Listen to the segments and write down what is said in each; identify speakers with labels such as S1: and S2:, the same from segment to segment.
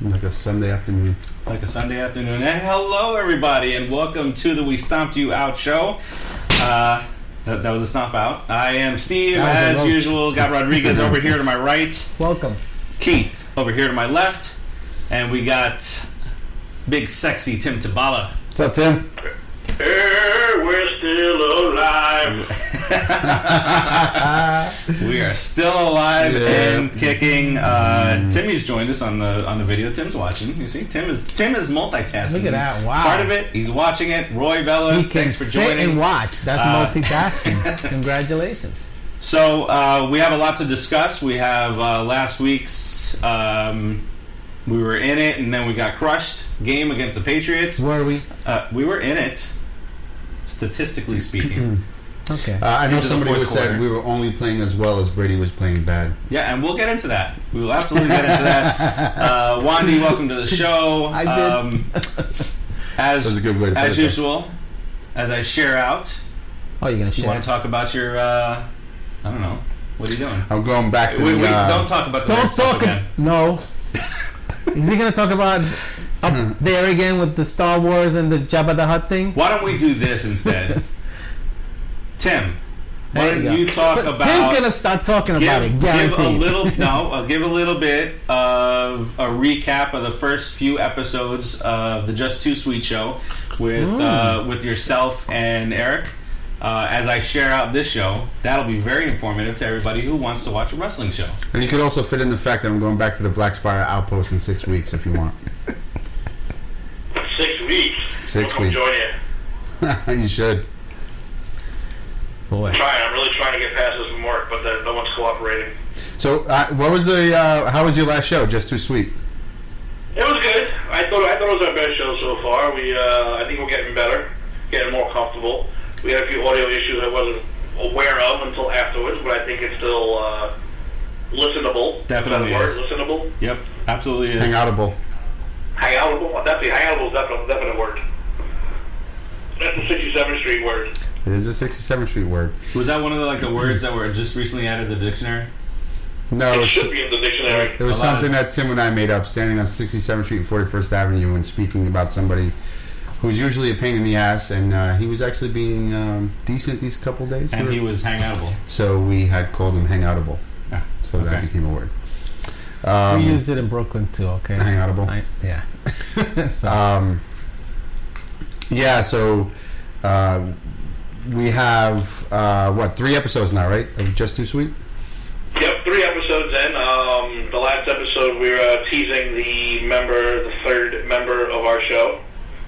S1: Like a Sunday afternoon.
S2: like a Sunday afternoon. And hello, everybody, and welcome to the We Stomped You Out show. Uh, that, that was a stomp out. I am Steve,
S3: That was a
S2: as
S3: rope.
S2: usual. Got Rodriguez over here to my right,
S3: Welcome.
S2: Keith over here to my left, and we got big, sexy Tim Tabala.
S1: What's up, Tim?
S4: we're still alive.
S2: We are still alive
S1: Yeah.
S2: and kicking. Uh, Timmy's joined us on the on the video. Tim's watching. You see, Tim is Tim is multitasking.
S3: Look at that.
S2: He's
S3: Wow.
S2: Part of it. He's watching it. Roy Vela,
S3: You can
S2: thanks for
S3: sit
S2: joining.
S3: and watch. That's
S2: Uh,
S3: multitasking. Congratulations.
S2: So uh, we have a lot to discuss. We have uh, last week's um, we were in it, and then we got crushed game against the Patriots.
S3: Were we?
S2: Uh, we were in it, statistically speaking.
S3: Okay.
S1: Uh, I know
S2: Into the
S1: somebody
S2: fourth
S1: was said
S2: quarter.
S1: we were only playing as well as Brady was playing bad.
S2: yeah, and we'll get into that. We will absolutely get into that. Uh, Wandy, welcome to the show.
S3: I did.
S2: Um,
S1: That was a
S2: as
S1: good way to put
S2: as
S1: it. though.
S2: usual, as I share out,
S3: oh, you're gonna
S2: you
S3: share.
S2: want to talk about your? Uh, I don't know. What are you doing?
S1: I'm going back to
S2: We,
S1: the,
S2: we,
S1: uh,
S2: don't talk about the
S3: Don't
S2: Reds stuff
S3: talk.
S2: again.
S3: ab- no. Is he gonna talk about
S2: Uh-huh.
S3: up there again with the Star Wars and the Jabba the Hutt thing?
S2: Why don't we do this instead? Tim, why
S3: There
S2: don't
S3: you
S2: you,
S3: go.
S2: talk
S3: But
S2: about
S3: Tim's gonna start talking about
S2: give,
S3: it.
S2: give a
S3: Guaranteed.
S2: little no, I'll give a little bit of a recap of the first few episodes of the Just Too Sweet show with uh, with yourself and Eric. Uh, as I share out this show, that'll be very informative to everybody who wants to watch a wrestling show.
S1: And you could also fit in the fact that I'm going back to the Black Spire Outpost in six weeks if you want.
S4: Six weeks.
S1: Six
S4: I'll come
S1: weeks.
S4: Join you.
S1: you should.
S3: Boy.
S4: Trying. I'm really trying to get past this from work, but the, no one's cooperating.
S1: So, uh, what was the? Uh, how was your last show? Just too sweet.
S4: It was good. I thought I thought it was our best show so far. We uh, I think we're getting better, getting more comfortable. We had a few audio issues I wasn't aware of until afterwards, but I think it's still uh, listenable. Is that
S2: Definitely
S4: a word?
S2: is.
S4: listenable.
S2: Yep, absolutely
S1: Hang outable.
S4: Hangoutable. Definitely hangoutable is definitely definite word. That's a 67th Street word.
S1: It is a 67th Street word.
S2: Was that one of the like the words that were just recently added to the dictionary?
S1: No, it
S4: It
S1: was,
S4: should be in the dictionary.
S1: Oh, it was
S2: A lot of-
S1: something that Tim and I made up, standing on 67th Street and 41st Avenue, and speaking about somebody who's usually a pain in the ass, and uh, he was actually being um, decent these couple days.
S2: And
S1: We
S2: he
S1: were-
S2: was hangoutable.
S1: so we had called him hangoutable.
S2: Yeah.
S1: So that
S2: Ah, Okay.
S1: became a word.
S3: We
S1: Um,
S3: used it in Brooklyn too. Okay.
S1: hangoutable.
S3: I, yeah. so,
S2: Uh,
S1: Um, yeah, so uh, we have uh, what three episodes now, right? Of Just Too Sweet.
S4: Yep, three episodes in. Um, the last episode, we were uh, teasing the member, the third member of our show,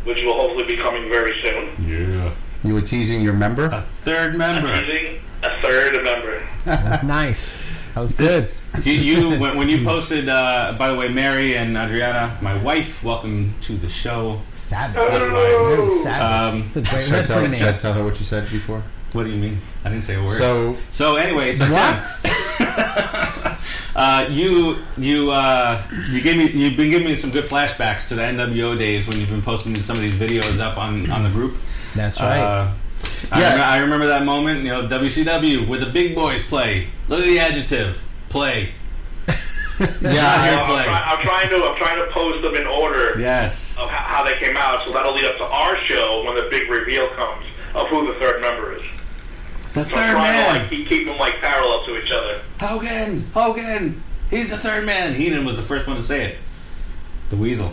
S4: which will hopefully be coming very soon.
S2: Yeah.
S1: You were teasing your member.
S2: A third member.
S4: Teasing a third member.
S3: that's nice. That was good.
S2: This- you, you when, when you posted. Uh, by the way, Mary and Adriana, my wife, welcome to the show.
S3: Savage.
S2: Hello.
S4: Uh,
S3: Savage.
S2: Um,
S3: It's a great
S1: Should I, tell,
S3: wrestling
S1: should I
S3: name.
S1: tell her what you said before?
S2: What do you mean? I didn't say a word. So,
S1: So
S2: anyway, so Tim,
S3: What?
S2: uh, you you uh, you gave me you've been giving me some good flashbacks to the NWO days when you've been posting some of these videos up on on the group.
S3: That's right.
S2: Uh, I,
S1: Yeah.
S2: rem- I remember that moment. You know, WCW where the big boys play. Look at the adjective play.
S1: yeah,
S2: Fair
S4: Uh, I'm,
S2: play.
S4: try- I'm trying to I'm trying to pose them in order
S2: Yes.
S4: of how, how they came out, so that'll lead up to our show when the big reveal comes of who the third member is.
S2: The
S4: So I'm
S2: third
S4: trying
S2: man.
S4: to like, keep, keep them like parallel to each other.
S2: Hogan, Hogan, he's the third man. Heenan was the first one to say it. The weasel.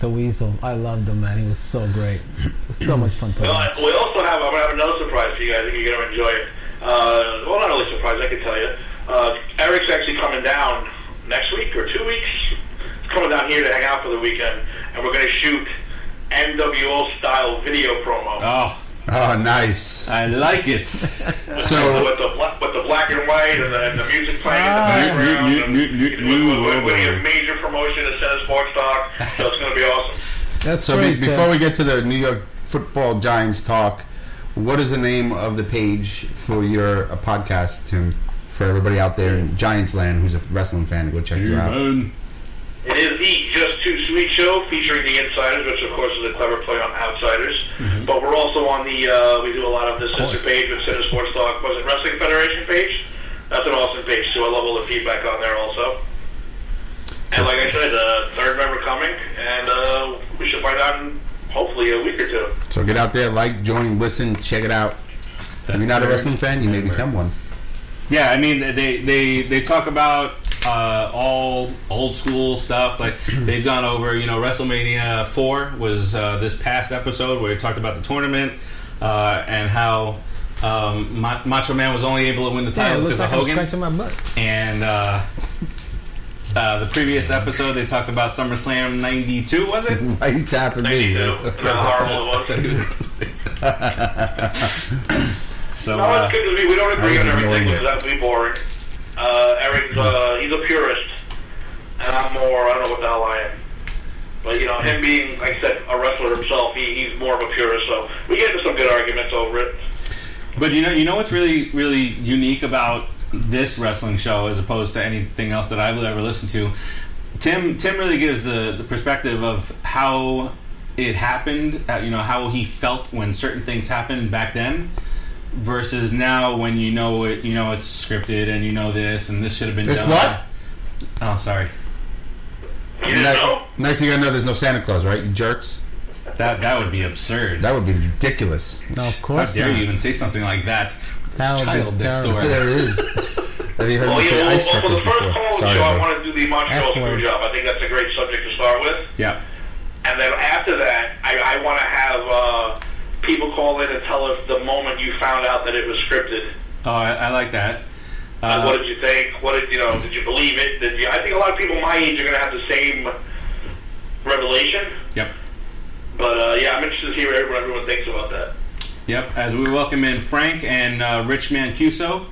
S3: The Weasel. I loved him, man. He was so great. It was so much fun to
S4: Well,
S3: watch.
S4: I- we also have. I'm gonna have another surprise for you guys. I think you're gonna enjoy it. Uh, well, not really surprise. I can tell you. Uh, Eric's actually coming down next week or two weeks. He's coming down here to hang out for the weekend, and we're gonna shoot NWO style video promo.
S2: Oh,
S1: oh, nice.
S2: I like it.
S1: So
S4: with the bla- with the black and white and the, and the music playing
S3: Ah.
S4: in the background,
S2: New-
S4: and
S2: new- new-
S4: it's
S2: new-
S4: with- with-
S2: new
S4: with a
S2: world.
S4: major promotion at Senate Sports Talk, so it's going to be awesome.
S3: That's
S1: So be,
S3: great.
S1: before we get to the New York Football Giants talk, what is the name of the page for your uh, podcast, Tim? For everybody out there in Giants land who's a wrestling fan, go check you out.
S4: It is the Just Too Sweet show featuring the Insiders, which of course is a clever play on Outsiders. But we're also on the uh, we do a lot on the sister
S3: course.
S4: page with Center Sports Talk, was it Wrestling Federation page? That's an awesome page too. I love all the feedback on there also. And uh, like I said, uh, third member hopefully a week or two.
S1: So get out there, like, join, listen, check it out. If you're not a wrestling fan, you may
S2: member.
S1: become one.
S2: Yeah, I mean they they they talk about uh, all old school stuff. Like they've gone over, you know, WrestleMania four was uh, this past episode where we talked about the tournament uh, and how um, Ma- Macho Man was only able to win the
S3: Yeah, it
S2: title
S3: looks
S2: because
S3: like
S2: of
S3: I'm
S2: Hogan.
S3: scratching my butt.
S2: And uh, uh, the previous episode they talked about SummerSlam '92, was it?
S1: Why you tapping me?
S4: 92. How horrible it was.
S3: Mm-hmm.
S2: so
S4: No,
S2: uh,
S4: it's good 'cause we, we don't agree
S1: I
S4: on
S1: was
S4: everything,
S1: ignoring
S4: which
S1: it.
S4: is absolutely boring. Uh, Eric's, uh, he's a purist, and I'm more, I don't know what the hell I am. But, you know, him being, like I said, a wrestler himself, he, he's more of a purist, so we get into some good arguments over it.
S2: But you know, you know what's really, really unique about this wrestling show, as opposed to anything else that I've ever listened to. Tim, Tim really gives the, the perspective of how it happened. Uh, you know, how he felt when certain things happened back then, versus now when you know it. You know, it's scripted, and you know this, and this should have been.
S1: It's
S2: done.
S1: what?
S2: Oh, sorry.
S4: You didn't know?
S1: Next, next thing you know, there's no Santa Claus, right? You jerks.
S2: That that would be absurd.
S1: That would be ridiculous.
S3: No, of course
S2: How dare
S3: not.
S2: you even say something like that?
S3: That would be
S2: Child next
S3: terrible.
S2: door.
S1: There it is. Have you heard
S4: Well,
S1: me
S4: Oh, yeah,
S1: say
S4: well,
S1: ice
S4: well, for
S1: truckers
S4: the first
S1: before?
S4: whole
S1: Sorry,
S4: show, I
S1: Dave.
S4: want to do the Montreal
S3: F-word.
S4: screw job. I think that's a great subject to start with.
S2: Yeah.
S4: And then after that, I, I want to have uh, people call in and tell us the moment you found out that it was scripted.
S2: Oh, I, I like that. Uh-huh.
S4: Uh, what did you think? What did you know? Did you believe it? Did you? I think a lot of people my age are going to have the same revelation.
S2: Yep.
S4: But uh, yeah, I'm interested to hear what everyone, everyone thinks about that.
S2: Yep, as we welcome in Frank and uh, Rich Mancuso.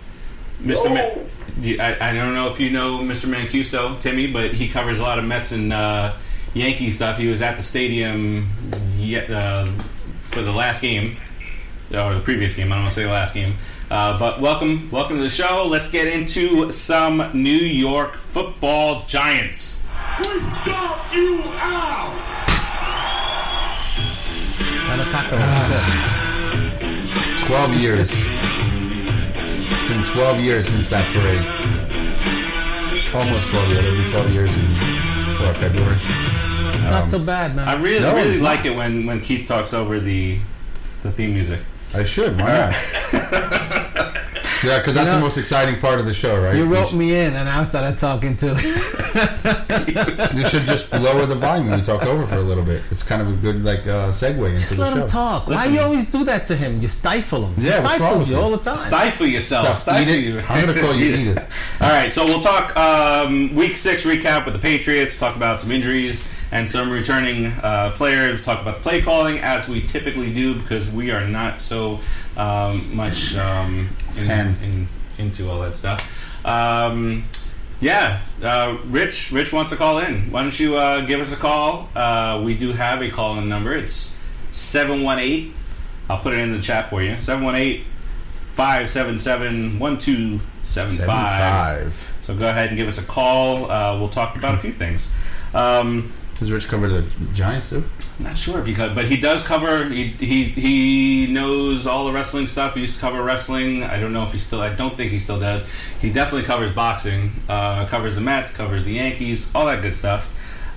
S2: Mr.
S4: Oh.
S2: Man- you- I, I don't know if you know Mr. Mancuso, Timmy, but he covers a lot of Mets and uh, Yankee stuff. He was at the stadium ye- uh, for the last game, or the previous game, I don't want to say the last game. Uh, but welcome, welcome to the show. Let's get into some New York football giants.
S3: Not a cockroach.
S1: 12 years. It's been 12 years since that parade. Almost 12 years. It'll be 12 years in what, February.
S3: It's not
S1: Um,
S3: so bad, man.
S2: I really,
S1: No,
S2: really
S1: it's
S2: like it when, when Keith talks over the the theme music.
S1: I should. Why not? yeah, because that's the most exciting part of the show, right?
S3: you wrote
S1: sh-
S3: me in, and I started talking too.
S1: you should just lower the volume and talk over for a little bit. It's kind of a good like uh, segue into
S3: Just
S1: the
S3: let
S1: show.
S3: him talk.
S2: Listen.
S3: Why you always do that to him? You stifle him.
S1: Yeah, what's wrong
S3: stifle
S1: with
S3: you
S1: you?
S3: all the time.
S2: Stifle yourself.
S3: Oh,
S1: Stop,
S2: Stifle
S1: Edith.
S2: you.
S1: I'm gonna call you
S2: Edith.
S1: Edith.
S2: All right, so we'll talk um, week six recap with the Patriots. Talk about some injuries and some returning uh, players. Talk about the play calling as we typically do because we are not so um, much um, in,
S1: Fan.
S2: in, into all that stuff. Um, yeah, uh, Rich. Rich wants to call in. Why don't you uh, give us a call? Uh, we do have a call in number. It's seven one eight. I'll put it in the chat for you. 718 577 1275.
S1: Seventy-five.
S2: So go ahead and give us a call. Uh, we'll talk about a few things. Um,
S1: Does Rich cover the Giants too?
S2: not sure if he could, but he does cover. He, he he knows all the wrestling stuff. He used to cover wrestling. I don't know if he still. I don't think he still does. He definitely covers boxing. Uh, covers the Mets. Covers the Yankees. All that good stuff.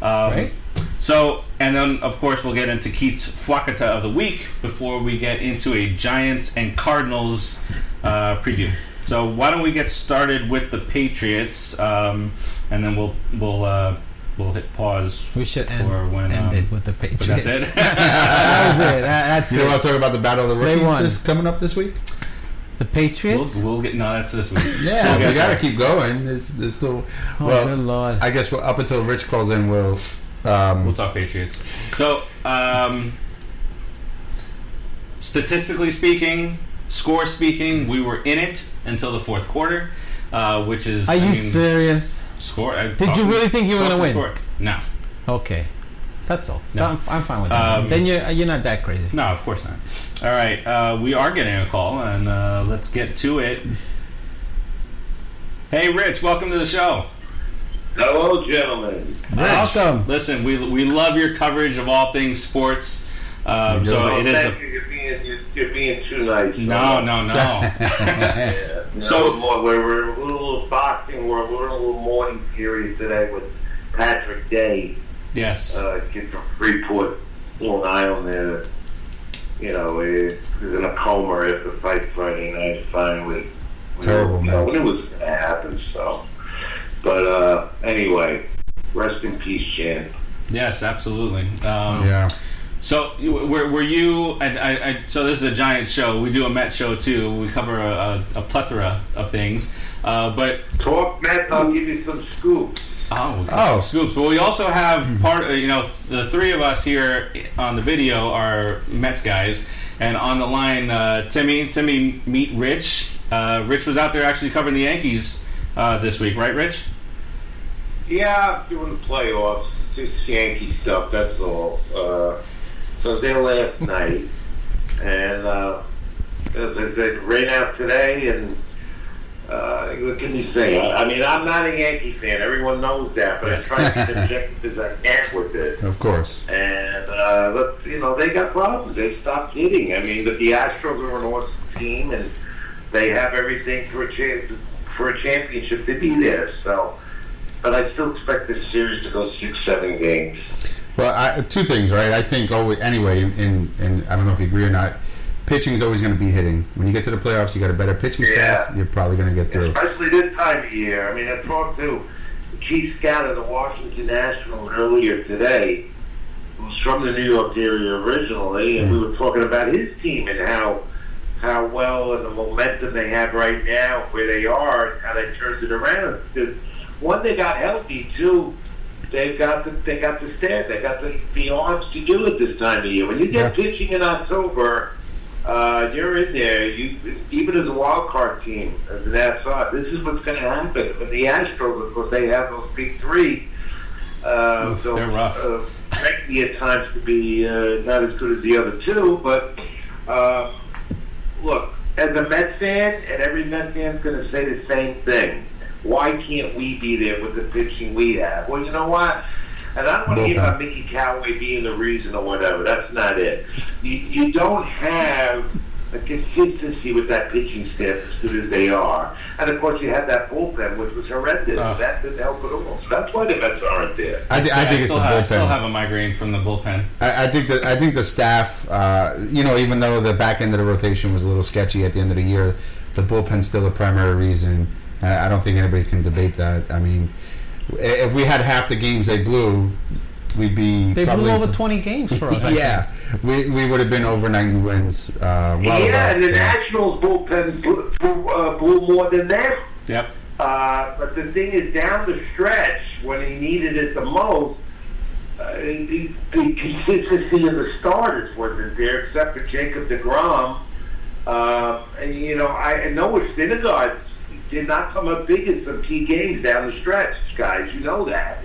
S2: Um,
S3: Right.
S2: So, and then of course we'll get into Keith's Fuakata of the week before we get into a Giants and Cardinals uh, preview. So why don't we get started with the Patriots, um, and then we'll we'll uh, we'll hit pause.
S3: We should end,
S2: For when,
S3: end
S2: um,
S3: it with the
S2: But
S3: Patriots.
S2: that's it.
S3: that was it. That- that's
S1: You don't
S3: it.
S1: want to talk about the Battle of the
S3: They
S1: Rookies
S3: won.
S1: this coming up this week?
S3: The
S2: We'll,
S3: Patriots.
S2: we'll get no. That's this week.
S1: Yeah,
S2: We'll
S1: we
S2: get
S1: got to
S2: there.
S1: keep going. There's, there's still.
S3: oh,
S1: well,
S3: good lord.
S1: I guess we'll, up until Rich calls in, we'll. Um,
S2: We'll talk Patriots. So, um, statistically speaking, score speaking, we were in it until the fourth quarter, uh, which is
S3: Are
S2: I
S3: you
S2: mean,
S3: serious?
S2: score. uh, I
S3: Did you really think you were gonna win?
S2: No,
S3: Okay, that's all.
S2: No.
S3: I'm, I'm fine with that.
S2: Um,
S3: then you're you're not that crazy.
S2: no, of course not. All right, uh, we are getting a call, and uh, let's get to it. Hey, Rich, welcome to the show.
S4: Hello, gentlemen.
S2: Rich,
S3: Welcome.
S2: Listen, we, we love your coverage of all things sports. Um,
S1: We do.
S2: so it is
S4: Oh, thank
S2: a
S4: you. You're being, you're, you're being too nice.
S2: no, no, no.
S4: So
S2: So-
S4: more, we're, we're a little boxing. We're, we're a little morning series today with Patrick Day,
S2: yes.
S4: uh, kid from Freeport.
S5: Long Island there, you know, is, is in a coma after the fight Friday night. Finally,
S1: Terrible,
S5: when,
S1: man.
S5: When it was going to happen, so. But uh, anyway, rest in peace, Jan.
S2: Yes, absolutely. Um,
S1: Yeah.
S2: So, you- were, were you? I, I, I, so, this is a giant show. We do a Met show too. We cover a, a, a plethora of things. Uh, but
S5: Talk, Matt. I'll give you some scoop.
S2: oh,
S1: Oh. Mm-hmm.
S2: scoops. Well, we also have part. You know, the three of us here on the video are Mets guys, and on the line, uh, Timmy, Timmy, meet Rich. Uh, Rich was out there actually covering the Yankees uh, this week, right, Rich?
S5: Yeah, doing the playoffs, just Yankee stuff. That's all. Uh, so I was there last night, and uh, as I said, rain out today, and uh, what can you say? I, I mean, I'm not a Yankee fan. Everyone knows that, but I try to be objective as I can with it.
S1: Of course.
S5: And uh, but you know they got problems. They stopped hitting. I mean, but the Astros are an awesome team, and they have everything for a chance for a championship to be there. So, but I still expect this series to go six, seven games.
S1: Well, I, two things, right? I think always, anyway, and, and I don't know if you agree or not. Pitching is always going to be hitting. When you get to the playoffs, you got a better pitching
S5: Yeah.
S1: staff. You're probably going to get through.
S5: Especially this time of year. I mean, I talked to the chief scout of the Washington Nationals earlier today, who's from the New York area originally, and we were talking about his team and how how well and the momentum they have right now, where they are, and how they turned it around. Because one, they got healthy. Two, they've got the they got the staff, they got the, the arms to do it this time of year. When you get pitching in October. Uh, you're in there. You even as a wild card team, as an outside, this is what's going to happen. But the Astros, of course, they have those big three. Uh,
S2: Oof,
S5: so
S2: they're rough.
S5: Uh, Becky at times to be uh, not as good as the other two, but uh, look, as a Mets fan, and every Mets fan's going to say the same thing. Why can't we be there with the pitching we have? Well, you know what? And I don't want to hear about Mickey Callaway being the reason or whatever. That's not it. You, you don't have a consistency with that pitching staff as good as they are. And of course, you had that bullpen, which was horrendous.
S2: Ugh.
S5: That didn't help at all. So that's why the Mets aren't there.
S1: I, thi- I think it's
S2: still
S1: the
S2: have, I still
S1: bullpen.
S2: have a migraine from the bullpen.
S1: I, I think that I think the staff, uh, you know, even though the back end of the rotation was a little sketchy at the end of the year, the bullpen's still the primary reason. I, I don't think anybody can debate that. I mean, i- if we had half the games they blew, we'd be
S3: They
S1: probably
S3: blew over 20 games for us. I
S1: yeah, we, we would have been over ninety wins. Uh, well
S5: yeah,
S1: above,
S5: and the
S1: yeah.
S5: Nationals bullpen blew, blew, uh, blew more than them.
S2: Yep.
S5: Uh, but the thing is, down the stretch, when he needed it the most, uh, the, the consistency of the starters wasn't there, except for Jacob DeGrom. Uh, and, you know, I and Noah Syndergaard did not come up big in some key games down the stretch, guys. You know that.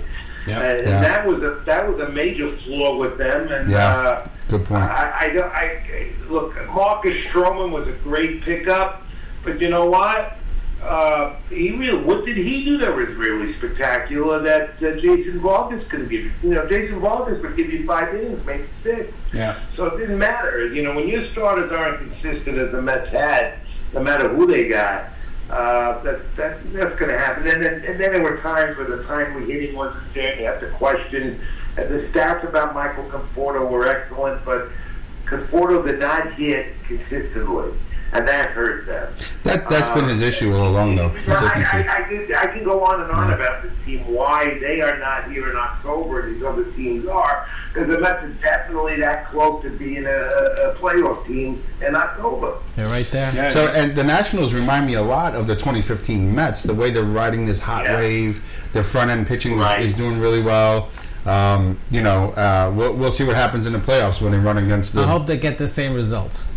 S2: Yep.
S5: and, and
S1: Yeah.
S5: that was a that was a major flaw with them. And
S1: Yeah.
S5: uh,
S1: Good point.
S5: I, I, don't- I, I look. Marcus Stroman was a great pickup, but you know what? Uh, he really, what did he do that was really spectacular that uh, Jason Vargas couldn't give you? You know, Jason Vargas would give you five innings, make it six.
S2: Yeah.
S5: So it didn't matter. You know, when your starters aren't consistent as the Mets had, no matter who they got, uh, that, that that's going to happen. And then, and then there were times where the timely hitting wasn't there. and You have to question. And the stats about Michael Conforto were excellent, but Conforto did not hit consistently, and that hurt them.
S1: that that's been his issue all along, though.
S5: No, I,
S1: Consistency.
S5: I, I, can, I can go on and on about this team, why they are not here in October, these other teams are, because the Mets is definitely that close to being a, a a playoff team in October.
S3: They're right there.
S2: Yeah.
S1: So, and the Nationals remind me a lot of the 2015 Mets. The way they're riding this hot
S5: Yeah.
S1: wave, their front end pitching
S5: Right.
S1: is doing really well. Um, you know, uh, we'll, we'll see what happens in the playoffs when they run against the.
S3: I hope they get the same results.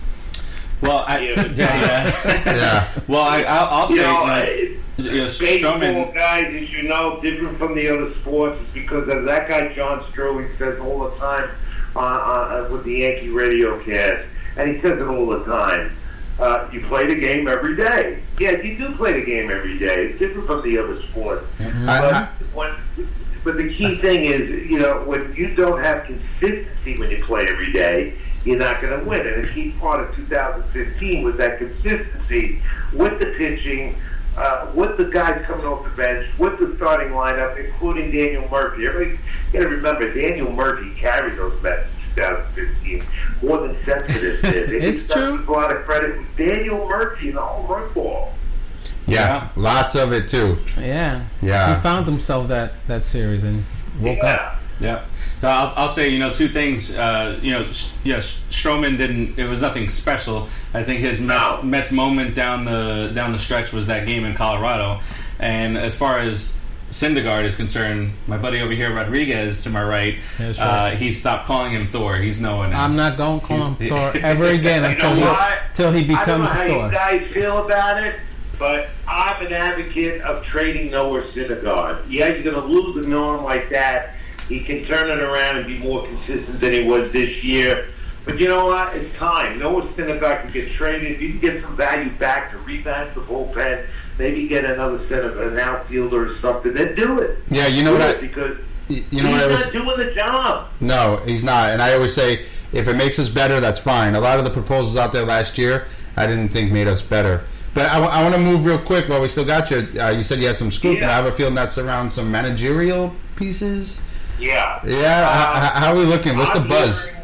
S2: well, I, yeah, yeah.
S1: yeah,
S2: Well, I, I'll, I'll say,
S5: You know,
S2: uh,
S5: I-
S2: you know,
S5: baseball
S2: Stroman.
S5: guys, as you know, different from the other sports is because as that guy John Strewing says all the time uh, uh, with the Yankee radio cast, and he says it all the time. Uh, you play the game every day. Yeah, you do play the game every day. It's different from the other sports. But,
S1: I-
S5: when, but the key thing is, you know, when you don't have consistency when you play every day, you're not going to win. And the key part of 2015 was that consistency with the pitching, uh, with the guys coming off the bench, with the starting lineup, including Daniel Murphy. Everybody's got to remember, Daniel Murphy carried those Mets. 2015 more than sensitive did. They
S3: It's
S5: gave
S3: true.
S5: Celtics A lot of credit with Daniel Murphy and the whole run ball.
S1: Yeah, lots of it too.
S3: Yeah. He
S1: Yeah,
S3: found himself that, that series and woke up.
S5: Yeah.
S2: Yeah. So I'll, I'll say, you know, two things. Uh, you know, s- yes, Stroman didn't. It was nothing special. I think his Mets,
S5: No.
S2: Mets moment down the down the stretch was that game in Colorado. And as far as Syndergaard is concerned, my buddy over here, Rodriguez, to my right,
S3: That's
S2: uh,
S3: right.
S2: he stopped calling him Thor. He's no one.
S3: I'm not going to call him
S2: He's-
S3: Thor ever again
S5: You know
S3: until, he,
S5: what?
S3: until he
S5: I don't know
S3: becomes
S5: how you
S3: Thor.
S5: guys feel about it, but I'm an advocate of trading Noah Syndergaard. Yeah, you're going to lose a norm like that. He can turn it around and be more consistent than he was this year. But you know what? It's time. Noah Syndergaard can get traded. You can get some value back to revamp the bullpen. Maybe get another set of an outfielder or something. Then do it.
S1: yeah. You know
S5: Do
S1: what?
S5: it
S1: I,
S5: because
S1: you know
S5: he's
S1: what I was.
S5: not doing the job.
S1: No, he's not. And I always say, if it makes us better, that's fine. A lot of the proposals out there last year, I didn't think made us better. But I, want to move real quick while we still got you. Uh, you said you had some scoop, and I
S5: Yeah.
S1: have a feeling that's around some managerial pieces.
S5: Yeah.
S1: Yeah, h-
S5: Um,
S1: h- how are we looking? What's the
S5: I'm
S1: buzz?
S5: hearing-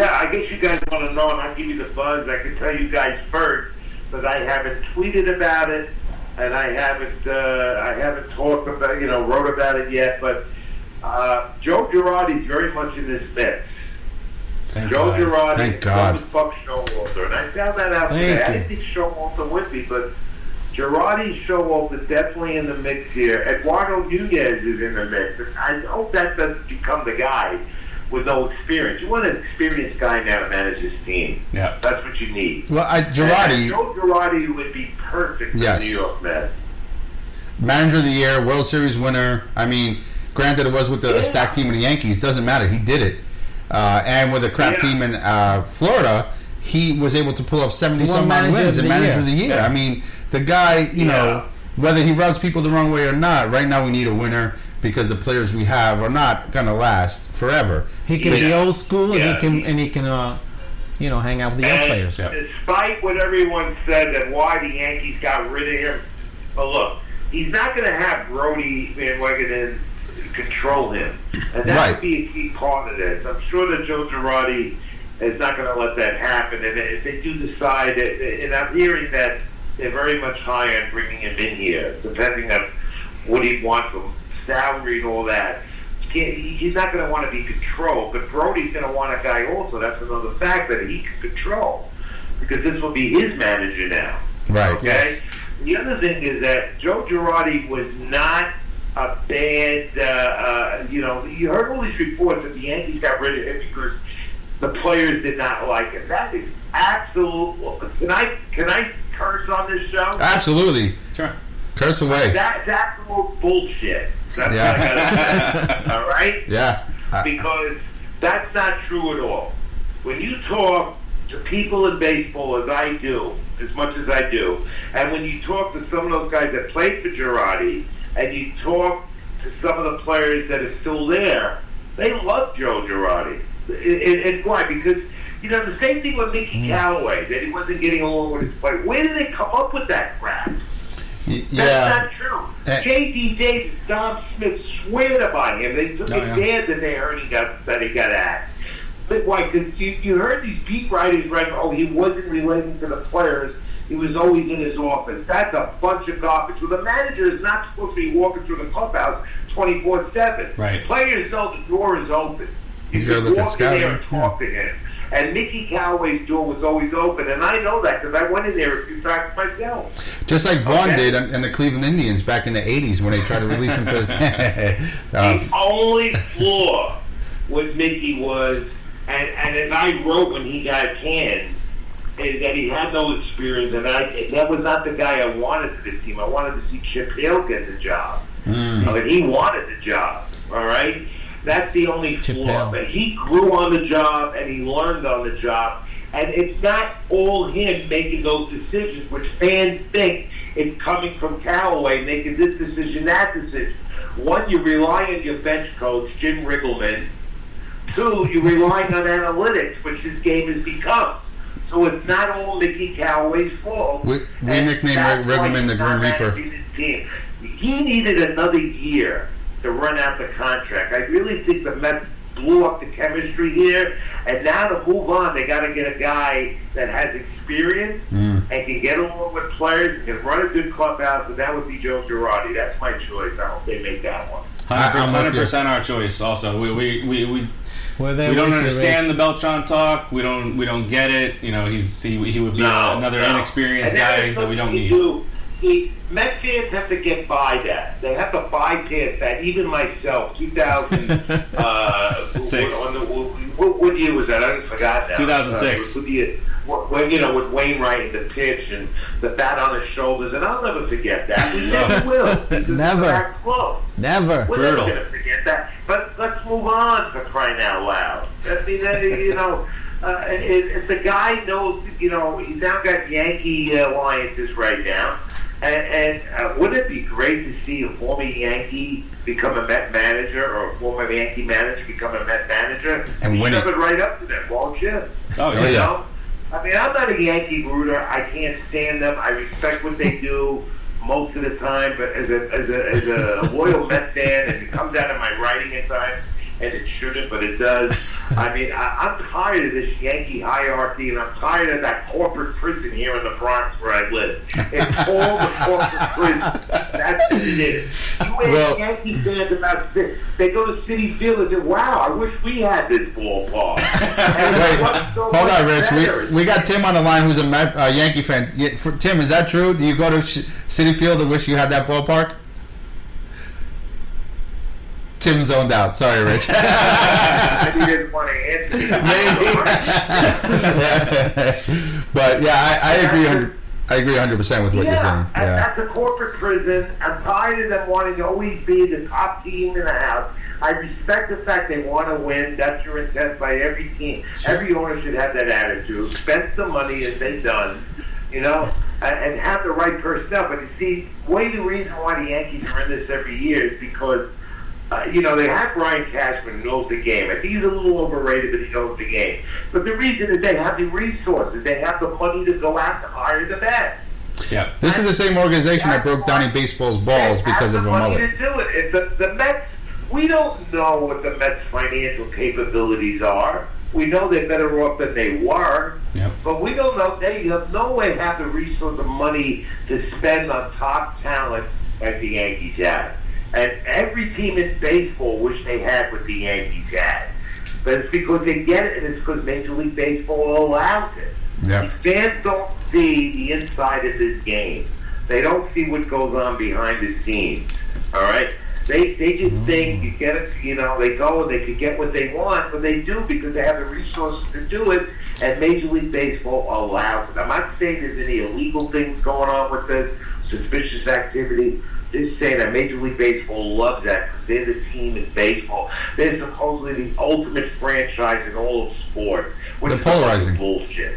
S5: yeah, I guess you guys want to know, and I'll give you the buzz. I can tell you guys first that I haven't tweeted about it, and I haven't, uh, I haven't talked about, you know, wrote about it yet. But uh, Joe Girardi's very much in this mix.
S2: Thank
S5: Joe
S2: God.
S5: Girardi,
S1: Thank
S5: so
S1: God.
S5: was Buck Showalter, and I found that out
S3: Thank
S5: today. I
S3: you.
S5: didn't think Showalter would be, but Girardi, Showalter definitely in the mix here. Eduardo Nunez is in the mix. And I hope that doesn't become the guy with no experience. You want an experienced guy now to manage his team.
S2: Yeah.
S5: That's what you need.
S1: Well, I,
S5: And
S1: Girardi,
S5: Joe Girardi would be perfect for
S1: Yes.
S5: the New York Mets.
S1: manager of the year, World Series winner. I mean, granted, it was with the, a stacked team in the Yankees. Doesn't matter. He did it. Uh, and with a crap
S5: Yeah.
S1: team in uh, Florida, he was able to pull off 70
S3: One
S1: some odd
S3: manager
S1: wins and
S3: of the
S1: manager
S3: year.
S1: of the year. I mean, the guy, you know, whether he rubs people the wrong way or not, right now we need a winner because the players we have are not going to last forever.
S3: He can be
S5: Yeah.
S3: old school and
S5: Yeah.
S3: he can and he can uh, you know hang out with the young
S5: And
S3: players.
S2: Yeah.
S5: Despite what everyone said that why the Yankees got rid of him, but look, he's not going to have Brody Van Wegenen control him, and that
S1: Right.
S5: would be a key part of this. I'm sure that Joe Girardi is not going to let that happen, and if they do decide, and I'm hearing that they're very much high on bringing him in here, depending on what he wants from salary and all that. He- He's not going to want to be controlled, but Brody's going to want a guy also. That's another fact that he can control because this will be his manager now.
S1: Right.
S5: Okay. The other thing is that Joe Girardi was not a bad. Uh, uh, you know, you heard all these reports that the Yankees got rid of him because the players did not like him. That is absolute. Can I can I curse on this show?
S1: Absolutely.
S2: Sure.
S1: Curse away.
S5: That's absolute bullshit. That's
S1: Yeah.
S5: what I gotta- all right
S1: Yeah. Uh, I-
S5: because that's not true at all. When you talk to people in baseball as I do, as much as I do, and when you talk to some of those guys that played for Girardi, and you talk to some of the players that are still there, they love Joe Girardi. And- And and why? Because, you know, the same thing with Mickey Callaway, that he wasn't getting along with his play. Where did they come up with that crap?
S1: y- yeah.
S5: That's not true.
S1: Eh.
S5: J.D. Davis, Dom Smith swear to by him. They took
S2: Oh, yeah.
S5: it dead that they heard he got that he got at. But why? Because you, you heard these beat writers write, oh, he wasn't relating to the players. He was always in his office. That's a bunch of garbage. Well, the manager is not supposed to be walking through the clubhouse 24-7.
S2: Right.
S5: Players know the door is open.
S1: He's
S5: You
S1: gotta
S5: could
S1: look at
S5: walk in there
S1: scouting.
S5: and talk to him. And Mickey Callaway's door was always open, and I know that because I went in there a few times myself.
S1: Just like Vaughn
S5: Okay.
S1: did and and the Cleveland Indians back in the 80s when they tried to release him for the. Uh,
S5: the only flaw with Mickey was, and, and as I wrote when he got canned, is that he had no experience, and I, that was not the guy I wanted for this team. I wanted to see Chip Hill get the job. I mean, he wanted the job, all right? That's the only
S3: Chip
S5: flaw.
S3: Hill.
S5: But he grew on the job, and he learned on the job. And it's not all him making those decisions, which fans think is coming from Callaway, making this decision, that decision. One, you rely on your bench coach, Jim Riggleman. Two, you're relying on analytics, which this game has become. So it's not all Mickey Callaway's fault.
S1: We- we
S5: And
S1: nicknamed
S5: that's
S1: Rig-
S5: why
S1: Riggleman
S5: he's
S1: the Grim
S5: not
S1: Reaper.
S5: managing his team. He needed another year to run out the contract. I really think the Mets blew up the chemistry here. And now to move on, they got to get a guy that has experience
S1: Mm.
S5: and can get along with players and can run a good clubhouse. And that would be Joe Girardi. That's my choice. I hope they make that one.
S1: I- I'm with
S2: Hundred percent our choice. Also, we we we, we,
S3: Were they
S2: we don't
S3: with you, Rick?
S2: understand the Beltran talk. We don't we don't get it. You know, he's he, he would be
S5: No,
S2: another
S5: no.
S2: inexperienced
S5: And that
S2: guy
S5: is
S2: that we don't
S5: something
S2: need.
S5: you Do. The Met fans have to get by that. They have to bypass that. Even myself, 2000. uh,
S2: Six.
S5: What, on the, what, what year was that? I just forgot that.
S2: 2006.
S5: Uh, what year- what- when, you know, with Wainwright and the pitch and the bat on his shoulders, and I'll never forget that. We never will. because
S3: Never.
S5: It's that close.
S3: Never.
S5: We're never
S2: Brutal.
S5: going to forget that. But let's move on for crying out loud. I mean, that, you know, uh, if, if the guy knows, you know, he's now got Yankee uh, alliances right now. And, and uh, wouldn't it be great to see a former Yankee become a Met manager or a former Yankee manager become a Met manager?
S1: And win
S5: Step
S1: it.
S5: it right up to them, won't you?
S2: Oh
S1: Oh,
S2: yeah.
S5: You
S1: yeah.
S5: know? I mean, I'm not a Yankee rooter. I can't stand them. I respect what they do most of the time, but as a as a, as a loyal Met fan, and it comes out of my writing at times, and it shouldn't, but it does. I mean, I, I'm tired of this Yankee hierarchy, and I'm tired of that corporate prison here in the Bronx where I live. It's all the corporate prison. That's what it is. You ask
S1: Well-
S5: Yankee fans about this. They go to City Field and say, "Wow, I wish we had this ballpark." And it's
S1: Wait,
S5: not so
S1: hold
S5: much
S1: on, Rich.
S5: better.
S1: We, we got Tim on the line, who's a Met, uh, Yankee fan. Yeah, for, Tim, is that true? Do you go to Sh- City Field and wish you had that ballpark? Tim zoned out. Sorry, Rich.
S5: I didn't want to answer.
S1: Maybe. but yeah, I, I agree. 100, I agree 100 percent with what you're saying.
S5: Yeah, and
S1: Yeah.
S5: that's a corporate prison. I'm tired of them wanting to always be the top team in the house. I respect the fact they want to win. That's your intent by every team. Every owner should have that attitude. Spend some money as they've done, you know, and, and have the right personnel. But you see, way the reason why the Yankees are in this every year is because. Uh, you know, they have Brian Cashman who knows the game. I think he's a little overrated, but he knows the game. But the reason is they have the resources. They have the money to go out and hire the best.
S2: Yeah.
S1: This is the same organization that broke Donnie Baseball's balls
S5: They have
S1: because
S5: the
S1: of a
S5: money
S1: mullet.
S5: to do it. It's the, the Mets, we don't know what the Mets' financial capabilities are. We know they're better off than they were,
S2: Yep.
S5: but we don't know. They have no way have the resource, the money to spend on top talent like the Yankees had. And every team in baseball wish they had what the Yankees had, but it's because they get it, and it's because Major League Baseball allows it.
S1: Yeah.
S5: Fans don't see the inside of this game. They don't see what goes on behind the scenes. All right. They they
S1: Mm.
S5: just think you get it. You know, they go and they can get what they want, but they do because they have the resources to do it. And Major League Baseball allows it. I'm not saying there's any illegal things going on with this suspicious activity. Just saying that Major League Baseball loves that because they're the team in baseball. They're supposedly the ultimate franchise in all of sports. which
S1: They're
S5: is fucking
S1: polarizing.
S5: bullshit.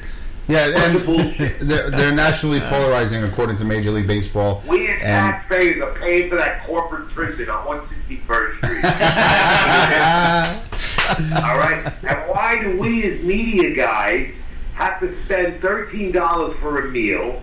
S1: Yeah,
S5: Bullshit.
S1: and they're, they're nationally polarizing according to Major League Baseball.
S5: We as
S1: And
S5: taxpayers are paying for that corporate prison on 161st Street.
S1: Ah,
S5: All right? And why do we as media guys have to spend $13 for a meal,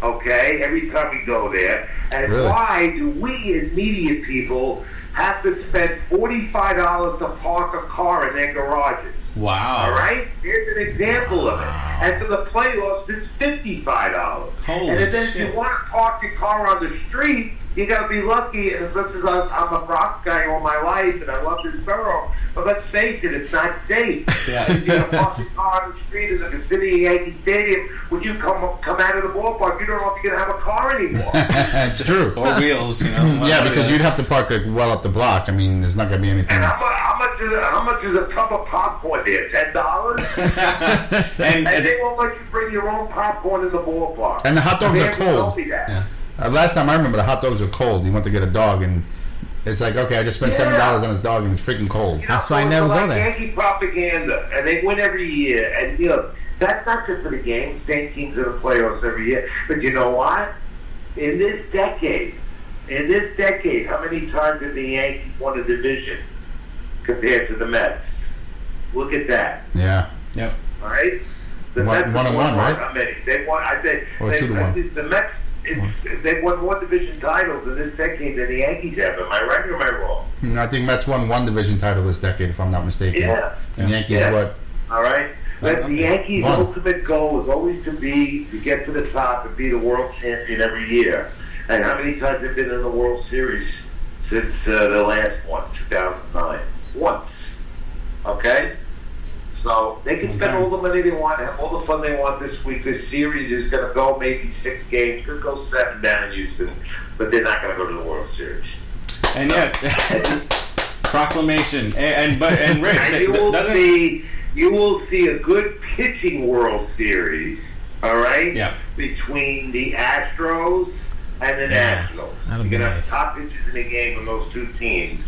S5: okay, every time we go there? And
S1: Really?
S5: why do we as media people have to spend $45 to park a car in their garages?
S2: Wow.
S5: All right? Here's an example of it. And for the playoffs, it's fifty-five dollars.
S2: Holy
S5: And if then if
S2: shit.
S5: you want to park your car on the street, you got to be lucky. And this is I'm, I'm a Bronx guy all my life, and I love this borough. But let's face it, it's not safe.
S2: Yeah.
S5: If you're going to park your car on the street in the vicinity of Yankee Stadium, when you come come out of the ballpark, you don't know if you're going to have a car anymore.
S1: it's true.
S2: Or wheels, you know.
S1: Yeah, because
S2: you
S1: you'd have to park like well up the block. I mean, there's not going to be anything.
S5: and how much, how much is how much is a tub of popcorn there? Ten dollars.
S2: and,
S5: and
S2: and
S5: they won't let you bring your own popcorn in the ballpark.
S1: And the hot dogs are
S5: They haven't told
S1: cold.
S5: me that.
S2: yeah.
S1: Uh, last time I remember, the hot dogs were cold. You went to get a dog, and it's like, okay, I just spent seven dollars on this dog, and it's freaking cold.
S5: You know,
S3: That's why I
S5: so it's
S3: never go
S5: like
S3: there.
S5: Yankee propaganda, and they win every year. And you know, that's not just for the game. Same teams in the playoffs every year. But you know what? In this decade, in this decade, how many times have the Yankees won a division compared to the Mets? Look at that.
S1: Yeah,
S2: Yep.
S5: All right. The
S1: One-
S5: Mets have
S1: one on one,
S5: won
S1: right?
S5: How many? They won. I think
S1: Or
S5: they,
S1: two to
S5: I
S1: one.
S5: think the Mets it's, they won more division titles in this decade than the Yankees have. Am I right or am I wrong?
S1: And I think Mets won one division title this decade, if I'm not mistaken.
S5: Yeah.
S1: And Yankees,
S5: Yeah.
S1: what?
S5: All right. But the Yankees'
S1: One.
S5: ultimate goal is always to be to get to the top and be the world champion every year. And how many times have they been in the World Series since uh, the last one, 2009? Once. Okay. So they can spend all the money they want, have all the fun they want this week. This series is going to go maybe six games, could go seven down in Houston, but they're not going to go to the World Series.
S2: And yet, proclamation. And, and but and Rich,
S5: And
S2: that-
S5: you
S2: that
S5: will
S2: doesn't
S5: see you will see a good pitching World Series. All right.
S2: Yeah.
S5: Between the Astros and the Nationals,
S3: that'll
S5: you're
S3: be
S5: gonna
S3: nice.
S5: have top pitchers in the game on those two teams.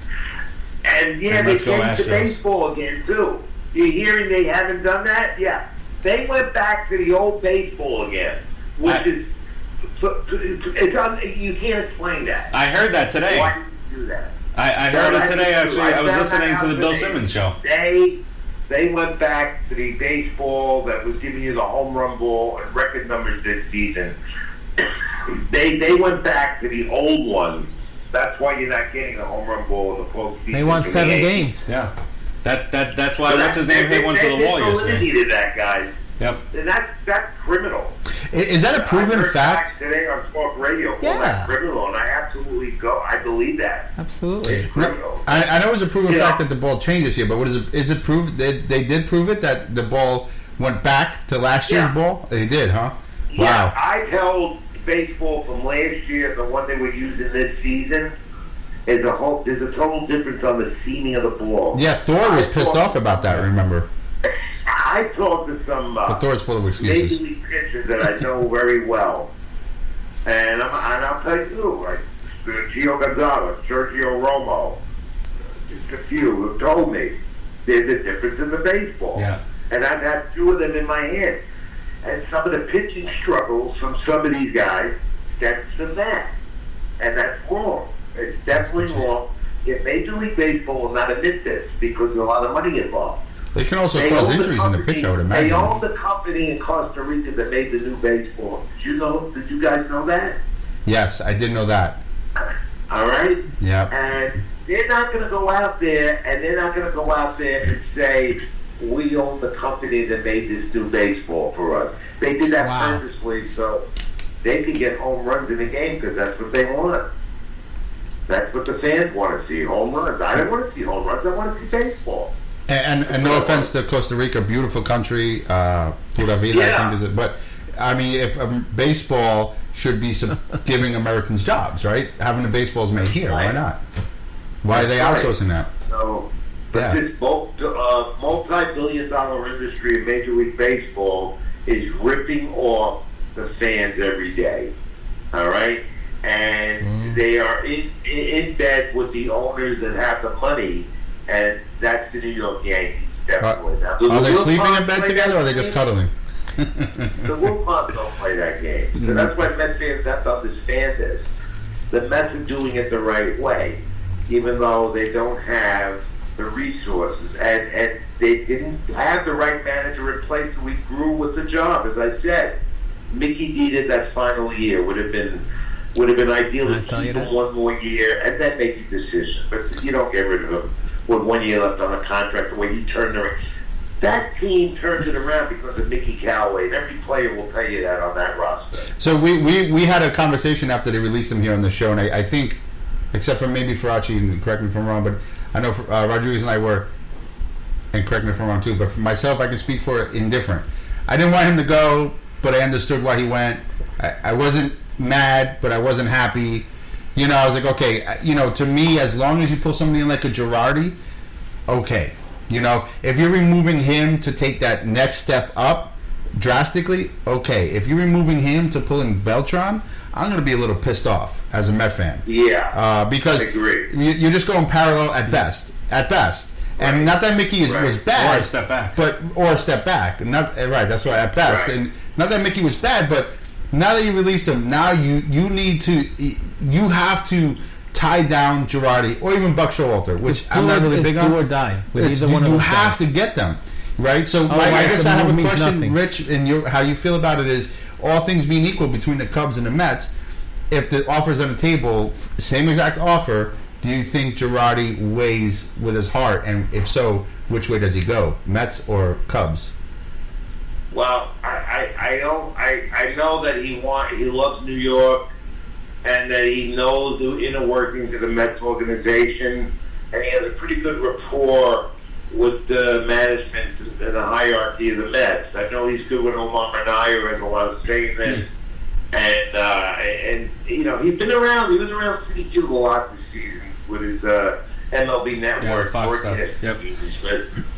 S5: And yeah,
S2: And
S5: they
S2: let's go
S5: changed
S2: Astros.
S5: the baseball again too. You're hearing they haven't done that? Yeah, they went back to the old baseball again, which
S2: I-
S5: is it's un, you can't explain that.
S2: I heard that today.
S5: Why did you do that?
S2: I, I heard
S5: Well,
S2: it
S5: I
S2: today.
S5: did too.
S2: Actually,
S5: I
S2: I was
S5: found
S2: listening
S5: that
S2: to the
S5: out
S2: Bill
S5: today.
S2: Simmons show.
S5: they they went back to the baseball that was giving you the home run ball and record numbers this season. they they went back to the old one. That's why you're not getting the home run ball in the postseason.
S3: They won
S5: for the
S3: seven
S5: Yankees.
S3: games.
S2: Yeah, that that that's why.
S5: So
S2: what's his
S5: that's-
S2: name? Hit one to
S5: there's-
S2: the wall
S5: there's
S2: yesterday.
S5: validity to that, guys.
S2: Yep.
S5: And that's that's criminal.
S1: I- Is that a
S5: I
S1: proven
S5: heard
S1: fact?
S5: today on Spark Radio. called
S3: Yeah.
S5: that criminal, and I absolutely go. I believe that.
S3: Absolutely.
S5: Criminal.
S1: I, I know it's a proven
S5: Yeah.
S1: fact that the ball changes here, but what is it? Is it proved? They, they did prove it that the ball went back to last year's
S5: Yeah.
S1: ball. They did, huh?
S5: Yeah,
S1: Wow.
S5: I held baseball from last year, the one they were using this season, is a whole. There's a total difference on the seaming of the ball.
S1: Yeah, Thor was
S5: I
S1: pissed
S5: thought-
S1: off about that. Remember,
S5: I talked to some
S1: but
S5: uh,
S1: Thor is full of
S5: major
S1: excuses.
S5: league pitchers that I know very well, and I'm, and I'll tell you, like Gio Gonzalez, Sergio Romo, just a few who told me there's a difference in the baseball.
S2: Yeah.
S5: And I've had two of them in my hand. And some of the pitching struggles from some of these guys stems from that. And that's wrong. It's definitely wrong. If Major League Baseball will not admit this because there's a lot of money involved.
S1: They can also
S5: They
S1: cause
S5: own
S1: injuries in the
S5: company-
S1: pitch. I would
S5: They own
S1: imagine.
S5: the company in Costa Rica that made the new baseball. Did you know? Did you guys know that?
S1: Yes, I did know that.
S5: All right.
S1: Yeah.
S5: And they're not going to go out there, and they're not going to go out there and say, we own the company that made this new baseball for us. They did that
S3: Wow.
S5: purposely so they can get home runs in the game because that's what they want. That's what the fans want to see, home runs. I don't want to see home runs. I want to see baseball.
S1: And, and, and no offense to Costa Rica, beautiful country, uh, Pura Vida, I
S5: Yeah.
S1: think is it. But I mean, if um, baseball should be some, giving Americans jobs, right? Having the baseballs made here, why
S5: Right.
S1: not? Why are they
S5: That's right.
S1: outsourcing that?
S5: So, but
S1: Yeah.
S5: this multi, uh, multi-billion-dollar industry of Major League Baseball is ripping off the fans every day. All right,
S1: Mm-hmm.
S5: and they are in, in in bed with the owners that have the money, and that's the New York Yankees. Definitely. Now, the
S1: Uh, Are they
S5: Wilpons
S1: sleeping in
S5: play
S1: bed
S5: that
S1: together, or are they just
S5: game?
S1: cuddling?
S5: The Wilpons don't play that game, so that's why Mets fans have to understand this. The Mets are doing it the right way, even though they don't have the resources and, and they didn't have the right manager in place. We grew with the job, as I said. Mickey needed that final year would have been would have been ideal
S3: I
S5: to
S3: tell you
S5: keep
S3: that.
S5: him one more year and then make a decision. But you don't get rid of him with one year left on the contract. The way he turned around, that team turned it around because of Mickey Callaway, and every player will tell you that on that roster.
S1: So we, we, we had a conversation after they released him here on the show, and I, I think, except for maybe Farachi, and correct me if I'm wrong, but I know uh, Rodriguez and I were, and correct me if I'm wrong too, but for myself, I can speak for indifferent. I didn't want him to go, but I understood why he went. I, I wasn't mad, but I wasn't happy. You know, I was like, okay, I- you know, to me, as long as you pull somebody in like a Girardi, okay. You know, if you're removing him to take that next step up drastically, okay. If you're removing him to pulling Beltron, I'm going to be a little pissed off as a Met fan.
S5: Yeah.
S1: Uh, because
S5: I agree.
S1: You, you're just going parallel at best. At best. And
S5: Right.
S1: not that Mickey is,
S5: Right.
S1: was bad.
S2: Or a step back.
S1: But, or a step back. Not, eh, right, that's why at best.
S5: Right.
S1: And not that Mickey was bad, but now that you released him, now you, you need to, you have to tie down Girardi or even Buck Showalter, which
S3: It's
S1: I'm
S3: do
S1: not
S3: or-
S1: really
S3: it's
S1: big
S3: do
S1: on.
S3: or die with
S1: It's-
S3: either one
S1: you
S3: of those
S1: have
S3: guys. Oh,
S1: to get them, right? So
S3: Otherwise,
S1: I guess
S3: the
S1: I have
S3: move
S1: a
S3: means
S1: question,
S3: nothing.
S1: Rich, and your, how you feel about it is all things being equal between the Cubs and the Mets. if the offer's on the table, f- same exact offer, do you think Girardi weighs with his heart? And if so, which way does he go? Mets or Cubs?
S5: Well, I, I, I don't I, I know that he want he loves New York and that he knows the inner workings of the Mets organization and he has a pretty good rapport with the management and the hierarchy of the Mets. I know he's good with Omar Minaya and a lot of statements. And uh, and you know he's been around. He was around City Field a lot this season with his uh, MLB Network
S2: Fox
S5: broadcast
S2: stuff. Yep.
S5: seasons,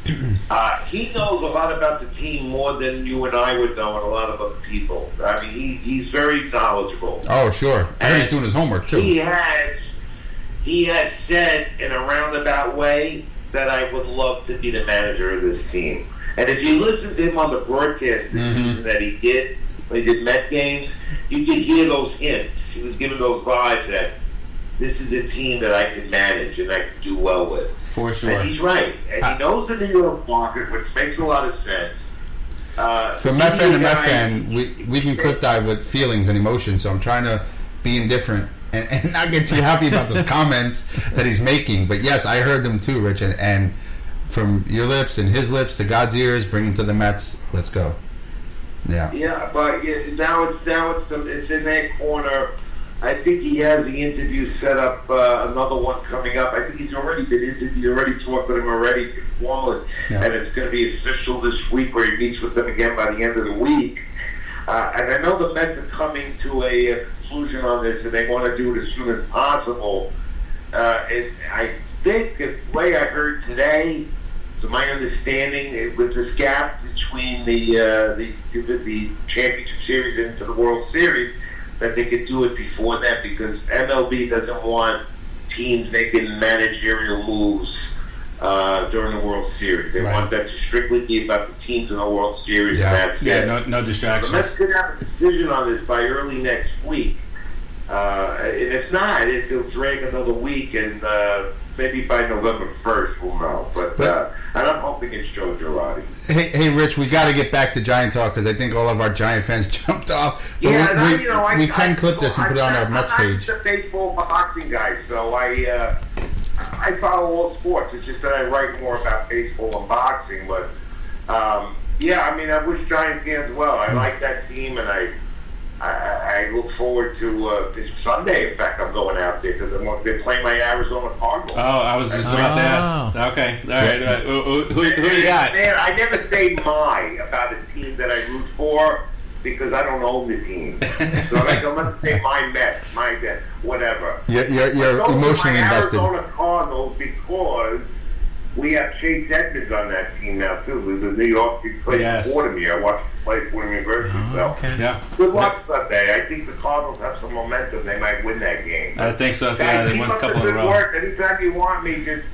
S5: but uh, he knows a lot about the team more than you and I would know, and a lot of other people. I mean, he, he's very knowledgeable.
S1: Oh, sure. I heard he's doing his homework
S5: He
S1: too.
S5: has he has said in a roundabout way that I would love to be the manager of this team. And if you listen to him on the broadcast this season that he did when he did Met games, you could hear those hints. He was giving those vibes that this is a team that I can manage and I can do well with.
S2: for
S5: And
S2: sure.
S5: he's right. And he knows the New York market, which makes a lot of sense. Uh,
S1: For Met
S5: he's
S1: fan
S5: a
S1: to Met
S5: guy-
S1: fan, we, we can cliff dive with feelings and emotions, so I'm trying to be indifferent and, and not get too happy about those comments that he's making. But yes, I heard them too, Rich. And, and from your lips and his lips to God's ears, bring him to the Mets. Let's go. Yeah.
S5: Yeah, but yeah, now it's now it's the, it's in that corner. I think he has the interview set up. Uh, another one coming up. I think he's already been interviewed. He already talked with him already formally,
S1: Yeah.
S5: and it's going to be official this week, where he meets with them again by the end of the week. Uh, and I know the Mets are coming to a, uh conclusion on this, and they want to do it as soon as possible. Uh, it, I think the way I heard today, to my understanding, it was this gap between the uh, the, the the championship series and to the World Series that they could do it before that because MLB doesn't want teams making managerial moves uh, during the World Series. They
S2: Right.
S5: want that to strictly be about the teams in the World Series.
S1: Yeah.
S5: And that's
S2: Yeah,
S5: it.
S2: no, no
S5: The
S2: distractions.
S5: Mets could have a decision on this by early next week. Uh, and if not, it, it'll drag another week, and uh, maybe by November 1st we'll know. But uh, and I'm hoping it's Joe Girardi.
S1: Hey, hey, Rich, we got to get back to Giant Talk because I think all of our Giant fans jumped off. But
S5: Yeah,
S1: we,
S5: and
S1: we,
S5: I, you know, I,
S1: we can
S5: I,
S1: clip this and
S5: I,
S1: put it on
S5: I,
S1: our Mets
S5: I'm
S1: page.
S5: I'm a baseball boxing guy, so I uh, I follow all sports. It's just that I write more about baseball and boxing. But um, yeah, I mean, I wish Giant fans well. I
S1: Hmm.
S5: like that team, and I I, I I look forward to uh, this Sunday. In fact, I'm going out there because they're playing my Arizona Cardinals.
S2: Oh, I was just about to ask. Okay, all right. all right. Who, who, who you got?
S5: Man, I never say my about a team that I root for because I don't own the team. so like, I'm going to say my Mets, my Mets, whatever.
S1: You're, you're, you're
S5: Those are
S1: emotionally
S5: my
S1: invested.
S5: Arizona Cardinals because we have Chase Edmonds on that team now, too. Who's a New York, he played
S2: Yes.
S5: Watermere. I watched him play at Watermere versus so.
S2: Yeah,
S5: Good luck Sunday. I think the Cardinals have some momentum. They might win that game.
S2: I think so. uh, Yeah,
S5: Guys,
S2: they
S5: keep
S2: won a
S5: up the
S2: couple in a
S5: good
S2: row.
S5: work. Anytime you want me, just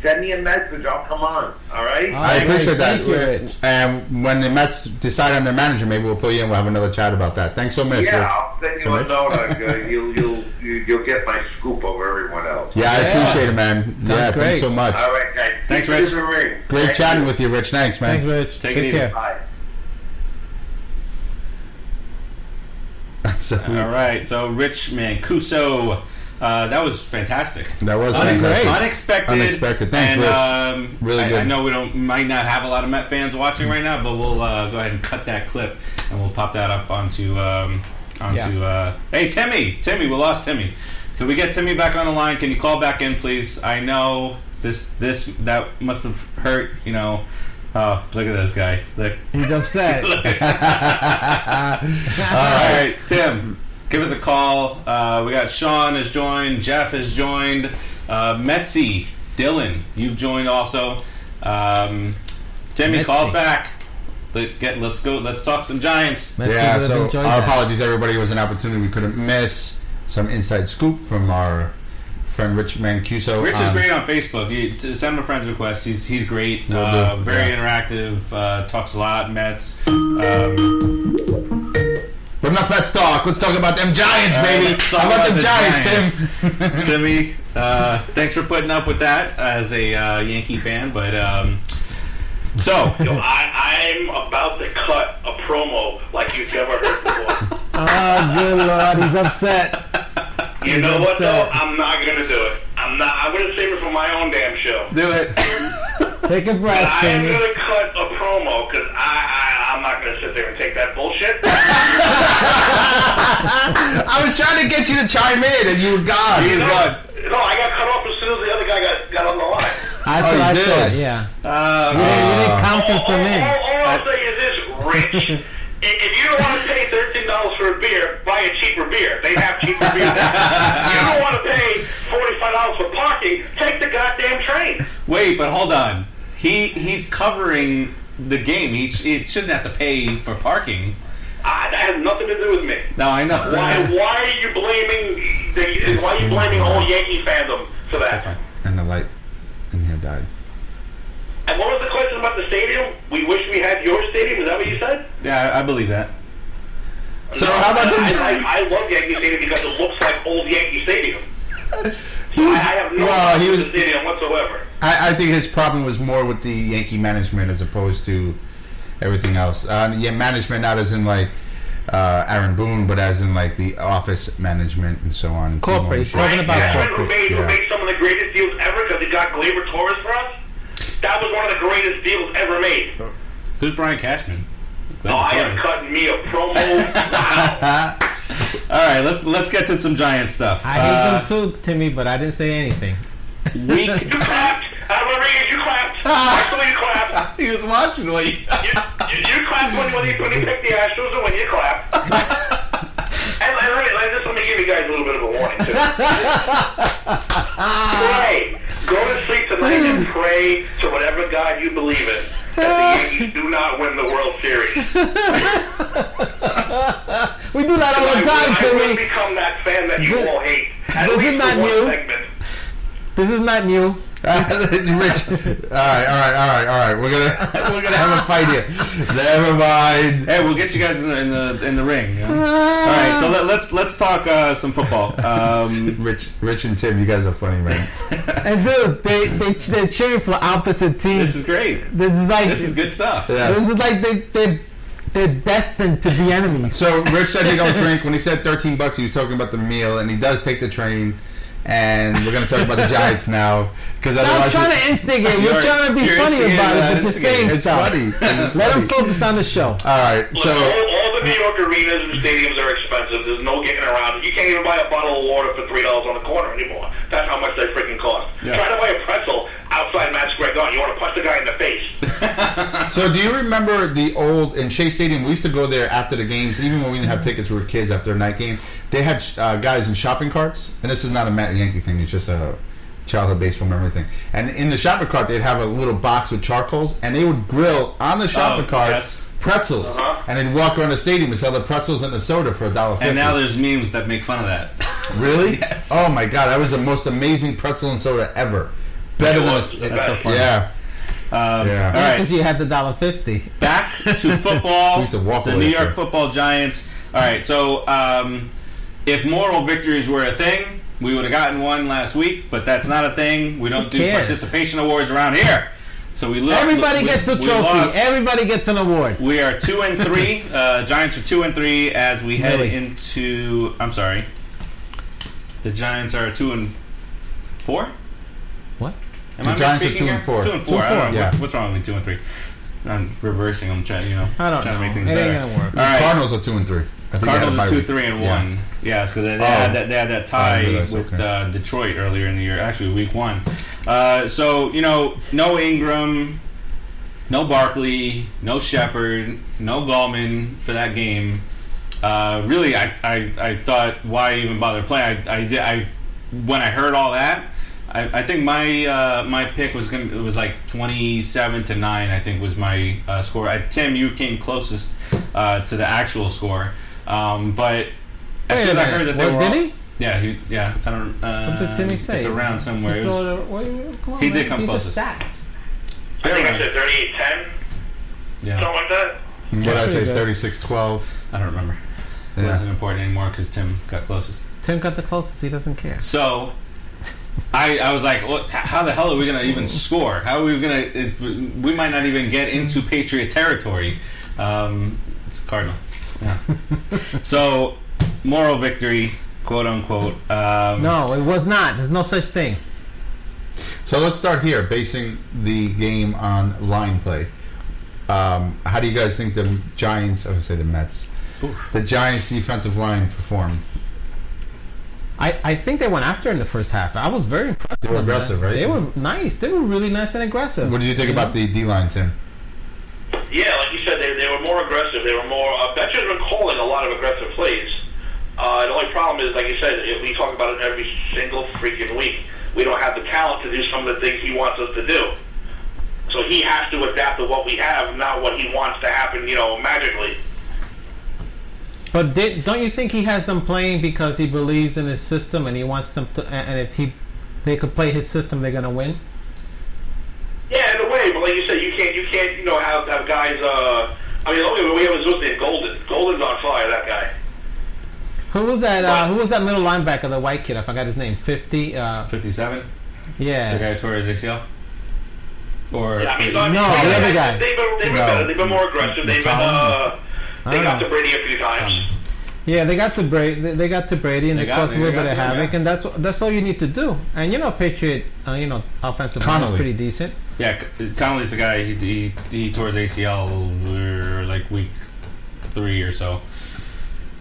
S5: send me a message. I'll come on. All right?
S1: I
S3: Alright,
S1: appreciate
S3: thank you,
S1: that.
S3: Rich.
S1: and when the Mets decide on their manager, maybe we'll pull you in. We'll have another chat about that. Thanks so much,
S5: Yeah,
S1: Rich.
S5: I'll send you
S1: So
S5: a
S1: much.
S5: note. Uh, you'll, you'll, you- you'll get my scoop over everyone else.
S1: Yeah, I
S3: Yeah.
S1: appreciate it, man. yeah,
S3: great.
S1: thanks so much.
S5: All right, guys.
S2: Thanks,
S5: Keep it
S2: Rich.
S5: in the ring.
S1: Great
S5: Thank
S1: chatting
S5: you.
S1: with you, Rich. Thanks, man.
S3: Thanks, Rich.
S2: Take it easy.
S3: care.
S5: Bye.
S1: So we-
S2: All right. So Rich Mancuso, uh, that was fantastic.
S1: that was
S2: Unexpected.
S1: fantastic.
S2: Unexpected.
S1: Unexpected. Thanks,
S2: and,
S1: Rich.
S2: Um,
S1: Really
S2: I,
S1: good.
S2: I know we don't might not have a lot of Met fans watching right now, but we'll uh, go ahead and cut that clip and we'll pop that up onto um, onto. Uh, hey, Timmy, Timmy, we lost Timmy. Can we get Timmy back on the line? Can you call back in, please? I know this this that must have hurt. You know. Oh, look at this guy. Look.
S3: He's upset.
S2: All right, Tim, give us a call. Uh, we got Sean has joined, Jeff has joined, uh, Metzi, Dylan, you've joined also. Um, Timmy
S3: Metzi.
S2: calls back. Let, get, let's go. Let's talk some Giants.
S3: Let's see
S1: yeah,
S3: whether they
S1: so
S3: enjoy
S1: our
S3: that.
S1: apologies, everybody. It was an opportunity we couldn't miss. Some inside scoop from our friend Rich Mancuso. Um,
S2: Rich is
S1: on-
S2: great on Facebook. You, t- send him a friend's request. He's he's great.
S1: Will
S2: Uh,
S1: do,
S2: very
S1: yeah.
S2: interactive. Uh, talks a lot. Mets. Um,
S1: But enough Mets talk. Let's talk about them Giants,
S2: All right,
S1: baby.
S2: let's talk
S1: How about them
S2: about the
S1: Giants, Tim?
S2: Timmy, uh, thanks for putting up with that as a uh, Yankee fan. But um, so
S4: Yo, I, I'm about to cut a promo like you've never heard before.
S3: oh, good lord, he's upset.
S4: You know what,
S3: So-
S4: though? I'm not going to do it. I'm not. I'm going to save it for my own damn show.
S2: Do it.
S3: Take a
S4: But
S3: breath,
S4: I am
S3: Seamus.
S4: going to cut a promo because I, I, I'm not going to sit there and take that bullshit.
S1: I was trying to get you to chime in, and you were gone.
S2: He's
S4: No,
S2: gone.
S4: no, I got cut off as soon as the other guy got, got on the line.
S3: I
S1: Oh,
S3: saw,
S1: you
S3: I
S1: did.
S3: saw it, yeah.
S2: Uh,
S3: You didn't- you didn't
S4: all,
S3: conference them in. Uh,
S4: all- all I'll say is this, Rich. i- if you don't want to pay thirteen dollars for a beer, buy a cheaper beer. They have cheaper beer. now. you don't want to pay forty-five dollars for parking, take the goddamn train.
S2: Wait, but hold on. He he's covering the game. He, sh- he shouldn't have to pay for parking.
S4: Ah, that has nothing to do with me.
S2: No, I know.
S4: Why? Why are you blaming? The, why are you blaming all Yankee fandom for
S2: That's fine.
S4: that?
S1: And the light in here died.
S4: And what was the question about the stadium? We wish we had your stadium. Is that what you said?
S2: Yeah, I, I believe that.
S1: So how about
S4: I,
S1: the?
S4: I, I love Yankee Stadium because it looks like old Yankee Stadium. I, I have no
S1: well, he
S4: problem with
S1: was-
S4: the stadium whatsoever.
S1: I, I think his problem was more with the Yankee management as opposed to everything else. Uh, yeah, management not as in like uh, Aaron Boone, but as in like the office management and so on.
S3: Corporate, he's
S1: Team
S3: talking about
S1: ownership.
S4: Right, who made, who
S1: Yeah.
S4: made some of the greatest deals ever because he got Glaber Torres for us. That was one of the greatest deals ever made.
S2: Who's Brian Cashman?
S4: Oh, I am cutting me a promo. wow.
S2: All right, let's let's get to some giant stuff.
S3: I
S2: Uh,
S3: hate them too, Timmy, but I didn't say anything.
S4: You
S2: week.
S4: clapped. I remember you, you clapped. Actually, you clapped.
S2: Uh, he was watching what you.
S4: You, you, you clapped when, when, you, when you picked the Astros and when you clapped. and and let, me, let, just let me give you guys a little bit of a warning, too. pray. Go to sleep tonight and pray to whatever God you believe in that the Yankees do not win the World Series.
S3: We do that all the time,
S4: I, I will
S3: Timmy.
S4: become that fan that you
S3: This-
S4: all hate. At
S3: this is
S4: least
S3: not
S4: for one
S3: new.
S4: segment.
S3: This is not new.
S1: Rich. All right, all right, all right, all right. We're gonna we're gonna have a fight here. Never mind.
S2: Hey, we'll get you guys in the in the, in the ring. you know? All right, so let, let's let's talk uh, some football. Um,
S1: Rich, Rich and Tim, you guys are funny, man.
S3: And dude, they they they're cheering for opposite teams.
S2: this is great.
S3: This is like
S2: This is good stuff.
S3: This
S1: Yes.
S3: is like they they they're destined to be enemies.
S1: So Rich said he don't drink. When he said thirteen bucks, he was talking about the meal, and he does take the train. And we're gonna talk about the Giants now because
S3: I'm
S1: otherwise
S3: trying to instigate. You're,
S2: You're-
S3: trying to be
S2: you're
S3: funny
S2: instigating, uh,
S3: about it, but you're
S2: instigating.
S3: saying
S1: it's
S3: stuff.
S1: funny. It's
S3: Let
S1: funny.
S3: them focus on the show.
S1: All right,
S4: Look,
S1: so
S4: all, all the New York arenas and stadiums are expensive. There's no getting around it. You can't even buy a bottle of water for three dollars on the corner anymore. That's how much they freaking cost.
S2: Yeah.
S4: Try to buy a pretzel outside Matt Square Garden. You want to punch the guy in the face?
S1: so do you remember the old in Shea Stadium? We used to go there after the games, even when we didn't
S2: Mm-hmm.
S1: have tickets. We were kids after a night game. They had uh, guys in shopping carts, and this is not a Matt Yankee thing. It's just a childhood baseball memory thing. And in the shopping cart, they'd have a little box with charcoals, and they would grill on the shopping
S2: Oh,
S1: cart
S2: yes.
S1: pretzels,
S4: Uh-huh.
S1: and then walk around the stadium and sell the pretzels and the soda for a dollar fifty.
S2: And now there's memes that make fun of that.
S1: really,
S2: Yes.
S1: oh my god, that was the most amazing pretzel and soda ever. Better than a,
S4: was the
S2: That's so
S4: best.
S2: funny.
S1: yeah.
S2: Um,
S1: Yeah.
S2: All right,
S3: Because you had the dollar fifty.
S2: back to football.
S1: We used to walk
S2: the
S1: away
S2: New
S1: up
S2: York
S1: there.
S2: Football Giants. All right, so um, if moral victories were a thing, we would have gotten one last week, but that's not a thing. We don't do
S3: cares?
S2: participation awards around here, so we lost.
S3: Everybody
S2: we,
S3: gets a
S2: we
S3: trophy.
S2: lost.
S3: Everybody gets an award.
S2: we are two and three. Uh, Giants are two and three as we head
S3: Really?
S2: into. I'm sorry. The Giants are two and four.
S3: What?
S2: Am
S1: The
S2: I
S1: Giants are
S2: misspeaking
S1: two and
S2: here?
S1: four.
S2: Two and four.
S3: Two and
S2: I
S3: four.
S2: don't know.
S1: Yeah.
S2: What- What's wrong with me? Two and three. I'm reversing. I'm trying. You know.
S3: I don't
S2: trying to
S3: know.
S2: make things
S3: it ain't
S2: better.
S3: gonna work.
S2: All right.
S1: Cardinals are two and three. I think they had a
S2: Cardinals
S1: bye
S2: are two,
S1: week.
S2: three, and
S1: Yeah.
S2: one. Yeah, because they, they
S1: Oh.
S2: had that they had that tie
S1: I realize,
S2: with
S1: okay.
S2: uh, Detroit earlier in the year, actually week one. Uh, so you know, no Ingram, no Barkley, no Shepard, no Gallman for that game. Uh, really, I, I, I thought why even bother playing? I, I, did, I when I heard all that, I, I think my uh, my pick was gonna it was like twenty seven to nine. I think was my uh, score. I, Tim, you came closest uh, to the actual score, um, but as
S3: Wait
S2: soon
S3: a
S2: as I
S3: minute.
S2: heard that they
S3: What,
S2: were
S3: did
S2: all-
S3: he?
S2: yeah, he, yeah, I don't. Uh,
S3: What did Timmy say?
S2: It's around somewhere.
S3: He
S2: It was-
S3: thought it- wait, come on,
S2: he did
S3: man.
S2: come
S3: These are
S2: closest.
S3: Stats.
S4: I think I said thirty-eight ten,
S2: yeah,
S4: something like that.
S1: What did I say?
S3: Pretty good.
S1: 36 12.
S2: I don't remember. It
S1: Yeah.
S2: wasn't important anymore because Tim got closest.
S3: Tim got the closest. He doesn't care.
S2: So I, I was like, what, how the hell are we going to even score? How are we going to? We might not even get into Patriot territory. Um, it's Cardinal. Yeah. so moral victory. quote unquote. Um,
S3: No, it was not. There's no such thing.
S1: So let's start here, basing the game on line play. Um, how do you guys think the Giants? I would say the Mets.
S2: Oof.
S1: The Giants' defensive line performed.
S3: I, I think they went after in the first half. I was very impressed.
S1: They were
S3: with them,
S1: aggressive,
S3: man.
S1: right?
S3: They were nice. They were really nice and aggressive.
S1: What did you think about the D line, Tim?
S4: Yeah, like you said, they, they were more aggressive. They were more. Uh, Betcher's been calling a lot of aggressive plays. Uh, the only problem is, like you said, it- we talk about it every single freaking week. We don't have the talent to do some of the things he wants us to do. So he has to adapt to what we have, not what he wants to happen, you know, magically.
S3: But did, don't you think he has them playing because he believes in his system and he wants them to? And and if he, they could play his system, they're gonna win.
S4: Yeah, in a way, but like you said, you can't, you can't, you know, have, have guys. Uh, I mean, the only way we have is with the Golden. Golden's on fire, that guy.
S3: Who was that? Uh, who was that middle linebacker? The white kid. I forgot his name. Fifty. Uh,
S2: 57. The
S3: yeah.
S2: guy who tore his ACL. Or
S4: Yeah, I mean, I mean,
S3: No,
S4: they-
S3: the other guy.
S4: They've been, they've been
S1: No.
S4: better. They've been more aggressive. They've been. Uh,
S3: I
S4: they
S3: don't
S4: got
S3: know.
S4: to Brady a few times.
S3: Yeah, they got to Brady. They, they got to Brady, and
S2: They
S3: it
S2: got
S3: caused a
S2: me, they
S3: little bit
S2: got
S3: of
S2: to him,
S3: havoc.
S2: yeah.
S3: And that's what- that's all you need to do. And you know, Patriot, uh, you know, offensive line is
S1: Connolly.
S3: pretty decent.
S2: Yeah, C- Connolly's the guy. He, he, he tore his ACL uh, like week three or so.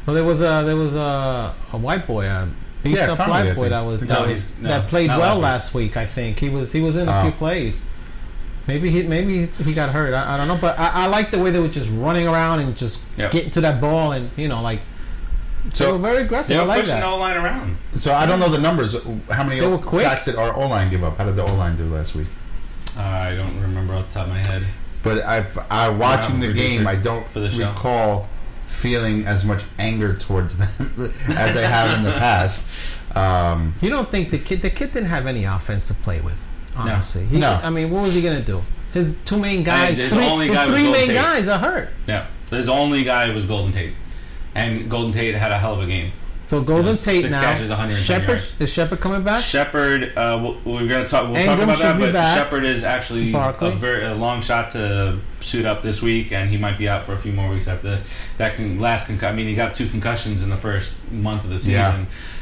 S3: Well, there was a there was a, a white boy, a beefed
S1: Yeah,
S3: up
S1: Connolly, I
S3: white boy
S1: think.
S3: that was that,
S2: No,
S3: was,
S2: he's- no,
S3: that played
S2: not
S3: well last
S2: last
S3: week. I think he was he was in a
S1: Oh.
S3: few plays. Maybe he maybe he got hurt. I, I don't know, but I, I like the way they were just running around and just
S2: Yep.
S3: getting to that ball and you know like they were
S1: So,
S3: very aggressive.
S2: They
S3: I
S2: were
S3: like
S2: pushing the
S3: that.
S2: O line around.
S1: so I don't know the numbers. How many
S3: They were quick.
S1: sacks did our O line give up? How did the O line do last week?
S2: Uh, I don't remember off the top of my head.
S1: But I've, I watching the
S2: producer
S1: game, I don't
S2: for the show.
S1: recall feeling as much anger towards them as I have in the past. Um,
S3: You don't think the kid the kid didn't have any offense to play with? Honestly, He-
S1: No.
S3: I mean, what was he gonna do? His two main guys,
S2: his
S3: three,
S2: only
S3: his
S2: guy was
S3: three main
S2: Golden Tate.
S3: guys are hurt.
S2: Yeah, his only guy was Golden Tate, and Golden Tate had a hell of a game.
S3: So Golden
S2: s-
S3: Tate
S2: six
S3: now.
S2: catches, 110
S3: Shepard
S2: yards.
S3: is Shepard coming back?
S2: Shepard, uh, we'll, we're going to talk. We'll talk
S3: Ingram should
S2: about
S3: be
S2: that, but
S3: back.
S2: Shepard is actually
S3: Barkley.
S2: a very a long shot to suit up this week, and he might be out for a few more weeks after this. That can last. Concu- I mean, he got two concussions in the first month of the season,
S1: Yeah.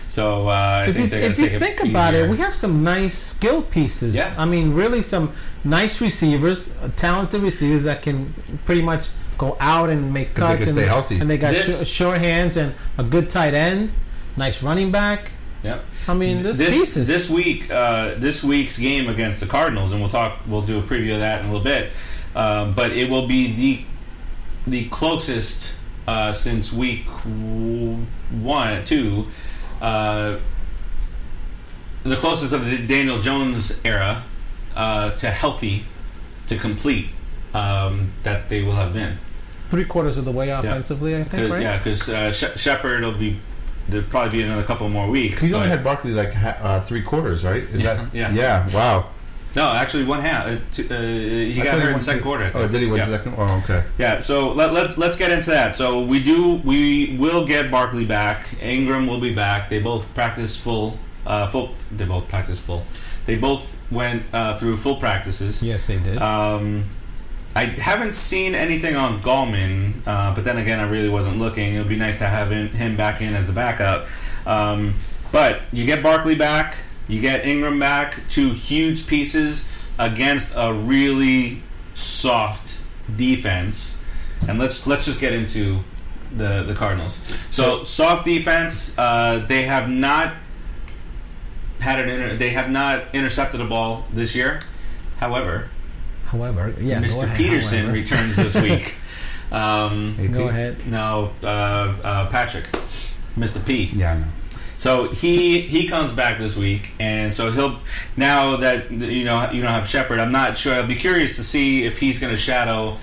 S2: so uh, I
S3: if you,
S2: think they're going
S3: if
S2: to take
S3: you
S2: it
S3: think about it,
S2: easier.
S3: we have some nice skill pieces.
S2: Yeah.
S3: I mean, really some nice receivers, uh, talented receivers that can pretty much go out and make
S1: they
S3: cuts.
S1: can
S3: and,
S1: stay healthy.
S3: And they got
S2: This-
S3: sh- sure hands and a good tight end, nice running back.
S2: Yep.
S3: I mean, this,
S2: this
S3: pieces.
S2: this week uh, this week's game against the Cardinals, and we'll talk. We'll do a preview of that in a little bit. Um, but it will be the the closest uh, since week w- one two. Uh, the closest of the Daniel Jones era uh, to healthy, to complete um, that they will have been.
S3: three quarters of the way offensively, I think,
S2: 'Cause-
S3: right?
S2: Yeah, because uh, Sh- Shepard will be there'll probably be another couple more weeks.
S1: he's only
S2: but-
S1: had Barkley like ha- uh, three quarters, right? Is
S2: Yeah.
S1: that
S2: Yeah.
S1: yeah? Wow.
S2: No, actually, one half. Uh, two, uh, he
S1: I
S2: got
S1: thought
S2: hurt in
S1: won
S2: the second
S1: two-
S2: quarter.
S1: Oh,
S2: I think.
S1: did he win
S2: yeah.
S1: the second? Oh, okay.
S2: Yeah. So let, let let's get into that. So we do. We will get Barkley back. Ingram will be back. They both practice full. Uh, full. They both practice full. They both went uh, through full practices.
S3: Yes, they did.
S2: Um, I haven't seen anything on Gallman, uh, but then again, I really wasn't looking. It would be nice to have him, him back in as the backup. Um, but you get Barkley back, you get Ingram back, two huge pieces against a really soft defense. And let's let's just get into the the Cardinals. So soft defense, uh, they have not had an inter- they have not intercepted a ball this year. However,
S3: however, yeah. go
S2: Mr.
S3: ahead,
S2: Peterson
S3: however.
S2: returns this week. um,
S1: AP?
S3: Go ahead.
S2: no, uh, uh, Patrick, Mr. P.
S1: Yeah. I know.
S2: So he he comes back this week, and so he'll now that you know you don't have Shepard. I'm not sure. I'll be curious to see if he's going to shadow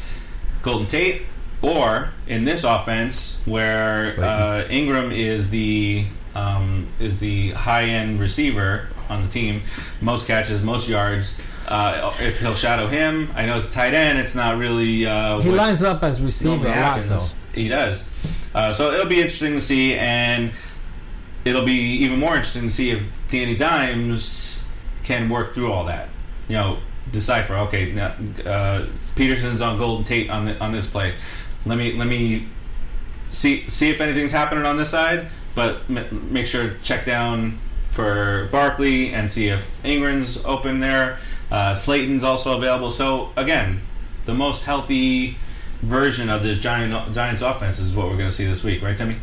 S2: Golden Tate or in this offense where uh, Ingram is the um, is the high end receiver on the team, most catches, most yards. Uh, if he'll shadow him, I know it's tight end. It's not really uh,
S3: He
S2: what-
S3: lines up as receiver
S2: normally
S3: a lot, though.
S2: happens. He does. Uh, so it'll be interesting to see, and it'll be even more interesting to see if Danny Dimes can work through all that. You know, decipher. Okay, now, uh, Peterson's on Golden Tate on the, on this play. Let me let me see see if anything's happening on this side. But m- make sure to check down for Barkley and see if Ingram's open there. Uh, Slayton's also available. So again, the most healthy version of this Giant, Giants offense is what we're going to see this week, right, Timmy?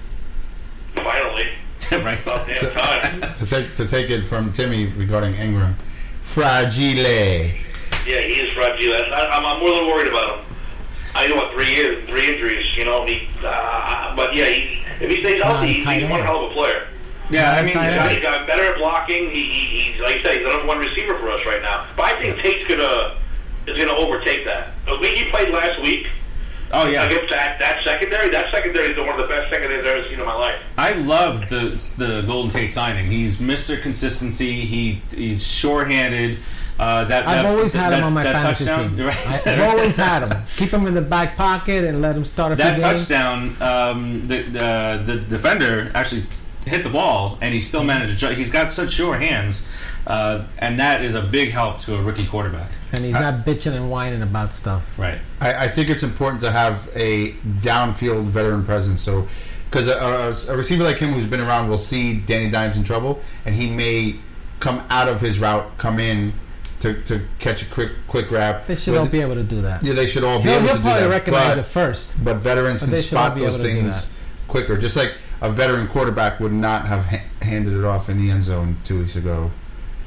S4: Finally,
S2: right.
S4: about damn time.
S1: To take to take it from Timmy regarding Ingram, fragile.
S4: Yeah, he is fragile. That's- I, I'm, I'm more than worried about him. I know what three years, three injuries. You know, he. Uh, but yeah, he, if he stays
S3: not
S4: healthy, he's,
S3: tight
S4: he's one
S3: end.
S4: hell of a player.
S2: Yeah, I mean,
S3: Tight
S4: Yeah,
S2: I-
S4: he got better at blocking. He, he, he's like I said, he's the number one receiver for us right now. But I think Tate's gonna is gonna overtake that. The week he played last week
S2: oh yeah.
S4: against that that secondary, that secondary is one of the best secondaries I've ever seen in my life.
S2: I love the the Golden Tate signing. He's Mr. Consistency. He he's sure-handed. Uh, that,
S3: I've
S2: that-
S3: always had
S2: that,
S3: him on my
S2: that
S3: fantasy
S2: touchdown,
S3: team.
S2: Right.
S3: I, have always had him. Keep him in the back pocket and let him start a few
S2: that
S3: games.
S2: touchdown. Um, the, the the defender actually hit the ball, and he still managed to. Judge. He's got such sure hands, uh, and that is a big help to a rookie quarterback.
S3: And he's not bitching and whining about stuff.
S2: Right.
S1: I, I think it's important to have a downfield veteran presence. So, because a, a, a receiver like him who's been around will see Danny Dimes in trouble, and he may come out of his route, come in to, to catch a quick quick wrap.
S3: They should
S1: But-
S3: all be able to do that.
S1: yeah, they should all be
S3: he'll
S1: able
S3: he'll
S1: to do
S3: probably
S1: that.
S3: recognize
S1: but,
S3: it first.
S1: but veterans
S3: but
S1: can
S3: they should all
S1: spot
S3: be
S1: those
S3: able to do
S1: things quicker. Just like a veteran quarterback would not have ha- handed it off in the end zone two weeks ago.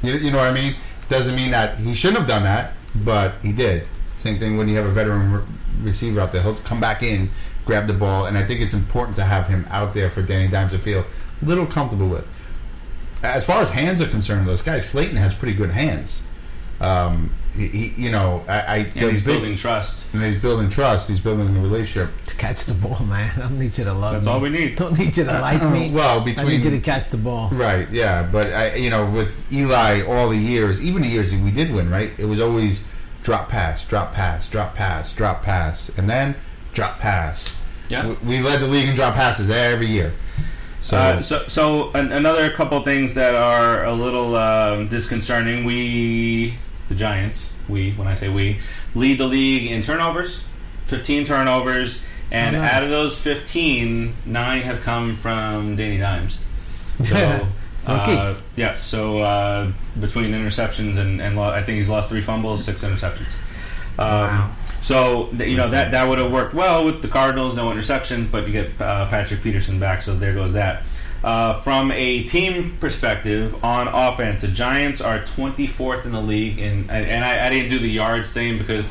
S1: You, you know what I mean? Doesn't mean that he shouldn't have done that, but he did. Same thing when you have a veteran re- receiver out there. He'll come back in, grab the ball, and I think it's important to have him out there for Danny Dimes to feel a little comfortable with. As far as hands are concerned, though, this guy Slayton has pretty good hands. Um, he, he, you know, I, I
S2: And
S1: the
S2: he's
S1: big-
S2: building trust.
S1: and he's building trust. He's building a relationship.
S3: Catch the ball, man. I don't need you to love
S2: That's
S3: me.
S2: all we Uh, need.
S3: Don't need you to like me.
S1: Well,
S3: I need you to
S1: between
S3: catch the ball.
S1: right, yeah, but I, you know, with Eli, all the years, even the years that we did win, right, it was always drop pass, drop pass, drop pass, drop pass, and then drop pass.
S2: Yeah.
S1: We- we led the league in drop passes every year. So,
S2: Uh, so, so an, another couple things that are a little um, disconcerting. We, the Giants, we when I say we, lead the league in turnovers, fifteen turnovers, and
S3: Oh, nice.
S2: out of those 15, nine have come from Danny Dimes.
S3: Yeah.
S2: So, uh,
S3: Lucky.
S2: yeah. So uh, between interceptions and, and lo- I think he's lost three fumbles, six interceptions. Um,
S3: Wow.
S2: So th- you know that that would have worked well with the Cardinals, no interceptions, but you get uh, Patrick Peterson back, so there goes that. Uh, from a team perspective on offense, the Giants are 24th in the league, and and and I, I didn't do the yards thing because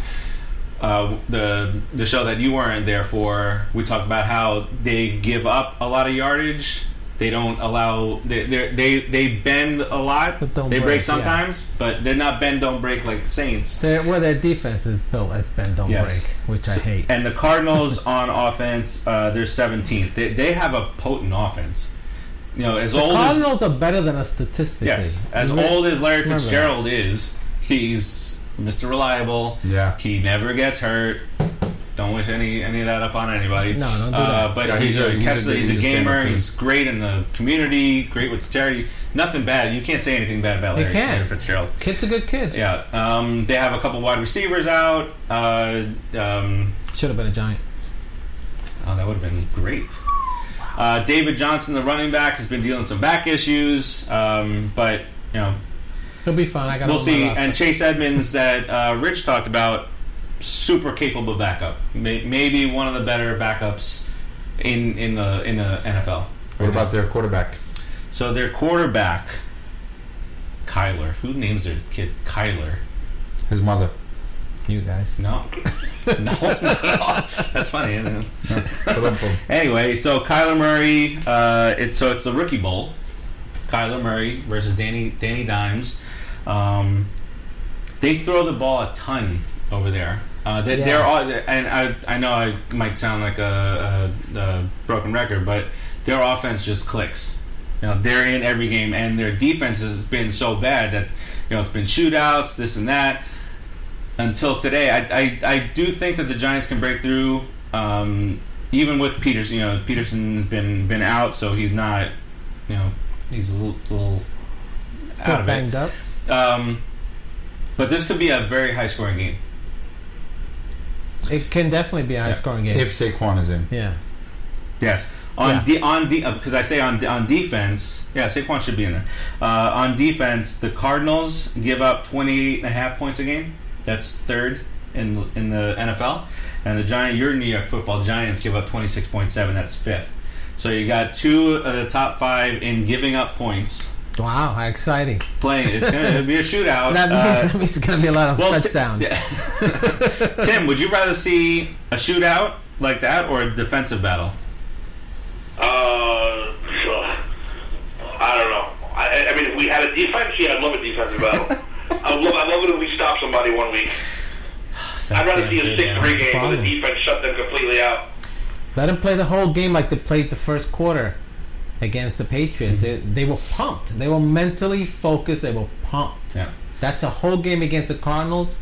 S2: uh, the the show that you weren't there for, we talked about how they give up a lot of yardage. They don't allow they they're- they they bend a lot.
S3: But don't
S2: they break,
S3: break, yeah.
S2: sometimes, but they're not bend don't break like the Saints.
S3: Their, well, their defense is built as bend don't
S2: Yes.
S3: break, which I hate.
S2: And the Cardinals on offense, uh, they're 17th. They, they have a potent offense. You know, as
S3: The
S2: old as
S3: Cardinals are better than us statistically.
S2: yes, as
S3: Remember-
S2: old as Larry
S3: remember that.
S2: Fitzgerald is, he's Mr. Reliable.
S1: yeah,
S2: He never gets hurt. Don't wish any any of that up on anybody.
S3: No, don't do
S2: Uh,
S3: that.
S2: but
S1: Yeah,
S2: he's,
S1: he's
S2: a,
S1: a- he's a
S2: catch-
S1: good-
S2: he's a
S1: he's a stand-up
S2: gamer.
S1: dude.
S2: He's great in the community. Great with charity. Nothing bad. You can't say anything bad about
S3: You
S2: Larry,
S3: can't.
S2: Larry Fitzgerald.
S3: Kid's a good kid.
S2: Yeah, um, they have a couple wide receivers out. Uh, um,
S3: Should have been a giant.
S2: Oh, that would have been great. Uh, David Johnson, the running back, has been dealing some back issues, um, but you know
S3: He'll be fine. I got.
S2: we'll
S3: him on my
S2: see.
S3: roster.
S2: And Chase Edmonds, that uh, Rich talked about, super capable backup, May- maybe one of the better backups in in the in the NFL.
S1: what about their quarterback?
S2: So their quarterback, Kyler. Who names their kid Kyler?
S1: His mother.
S3: you guys.
S2: No, no, that's funny. Isn't it? uh, Anyway, so Kyler Murray, uh, it's so it's the rookie bowl. Kyler Murray versus Danny Danny Dimes. Um, they throw the ball a ton over there. Uh, they,
S3: Yeah.
S2: They're all, and I, I know I might sound like a, a, a broken record, but their offense just clicks. You know, they're in every game, and their defense has been so bad that you know it's been shootouts, this and that until today. I, I, I do think that the Giants can break through, um, even with Peterson. You know, Peterson's been been out, so he's not. You know, he's a little, little out
S3: Got
S2: of it.
S3: banged up.
S2: Um, but this could be a very high scoring game.
S3: It can definitely be a high scoring game.
S1: If Saquon is in,
S3: yeah.
S2: Yes. On
S3: Yeah.
S2: de- on de- because I say on on defense, yeah, Saquon should be in there. Uh, on defense, the Cardinals give up 28 and a half points a game. That's third in in the NFL, and the Giant, your New York Football Giants give up 26.7. That's fifth. So you got two of the top five in giving up points.
S3: Wow, how exciting!
S2: Playing, it's gonna be a shootout.
S3: That means,
S2: Uh,
S3: that means it's going to be a lot of
S2: well, t-
S3: touchdowns.
S2: yeah. Tim, would you rather see a shootout like that or a defensive battle?
S4: Uh, I don't know. I, I mean, if we had a defense, yeah, I'd love a defensive battle. I would love, I love it if we stop somebody one week. I'd rather see a six-three game where the
S3: Fine.
S4: defense shut them completely out.
S3: Let them play the whole game like they played the first quarter against the Patriots. They, they were pumped. They were mentally focused. They were pumped.
S2: Yeah.
S3: That's a whole game against the Cardinals.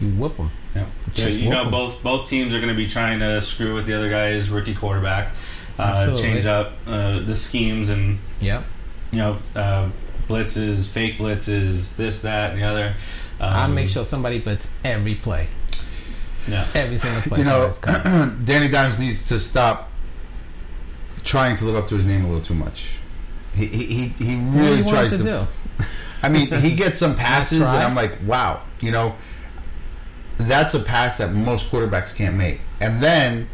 S3: You whip them.
S2: Yeah. So
S3: Just
S2: you know
S3: welcome.
S2: both both teams are going to be trying to screw with the other guy's rookie quarterback, uh,
S3: Absolutely.
S2: change up uh, the schemes and
S3: Yeah.
S2: you know uh, blitzes, fake blitzes, this, that, and the other. Um,
S3: I'll make sure somebody blitz every play.
S2: Yeah.
S3: Every single play.
S1: you know,
S3: somebody's coming.
S1: Danny Dimes needs to stop trying to live up to his name a little too much. He he, he he
S3: What do
S1: really
S3: you want
S1: tries
S3: to,
S1: to.
S3: do?
S1: I mean, he gets some passes, and
S3: try.
S1: I'm like, wow, you know, that's a pass that most quarterbacks can't make. And then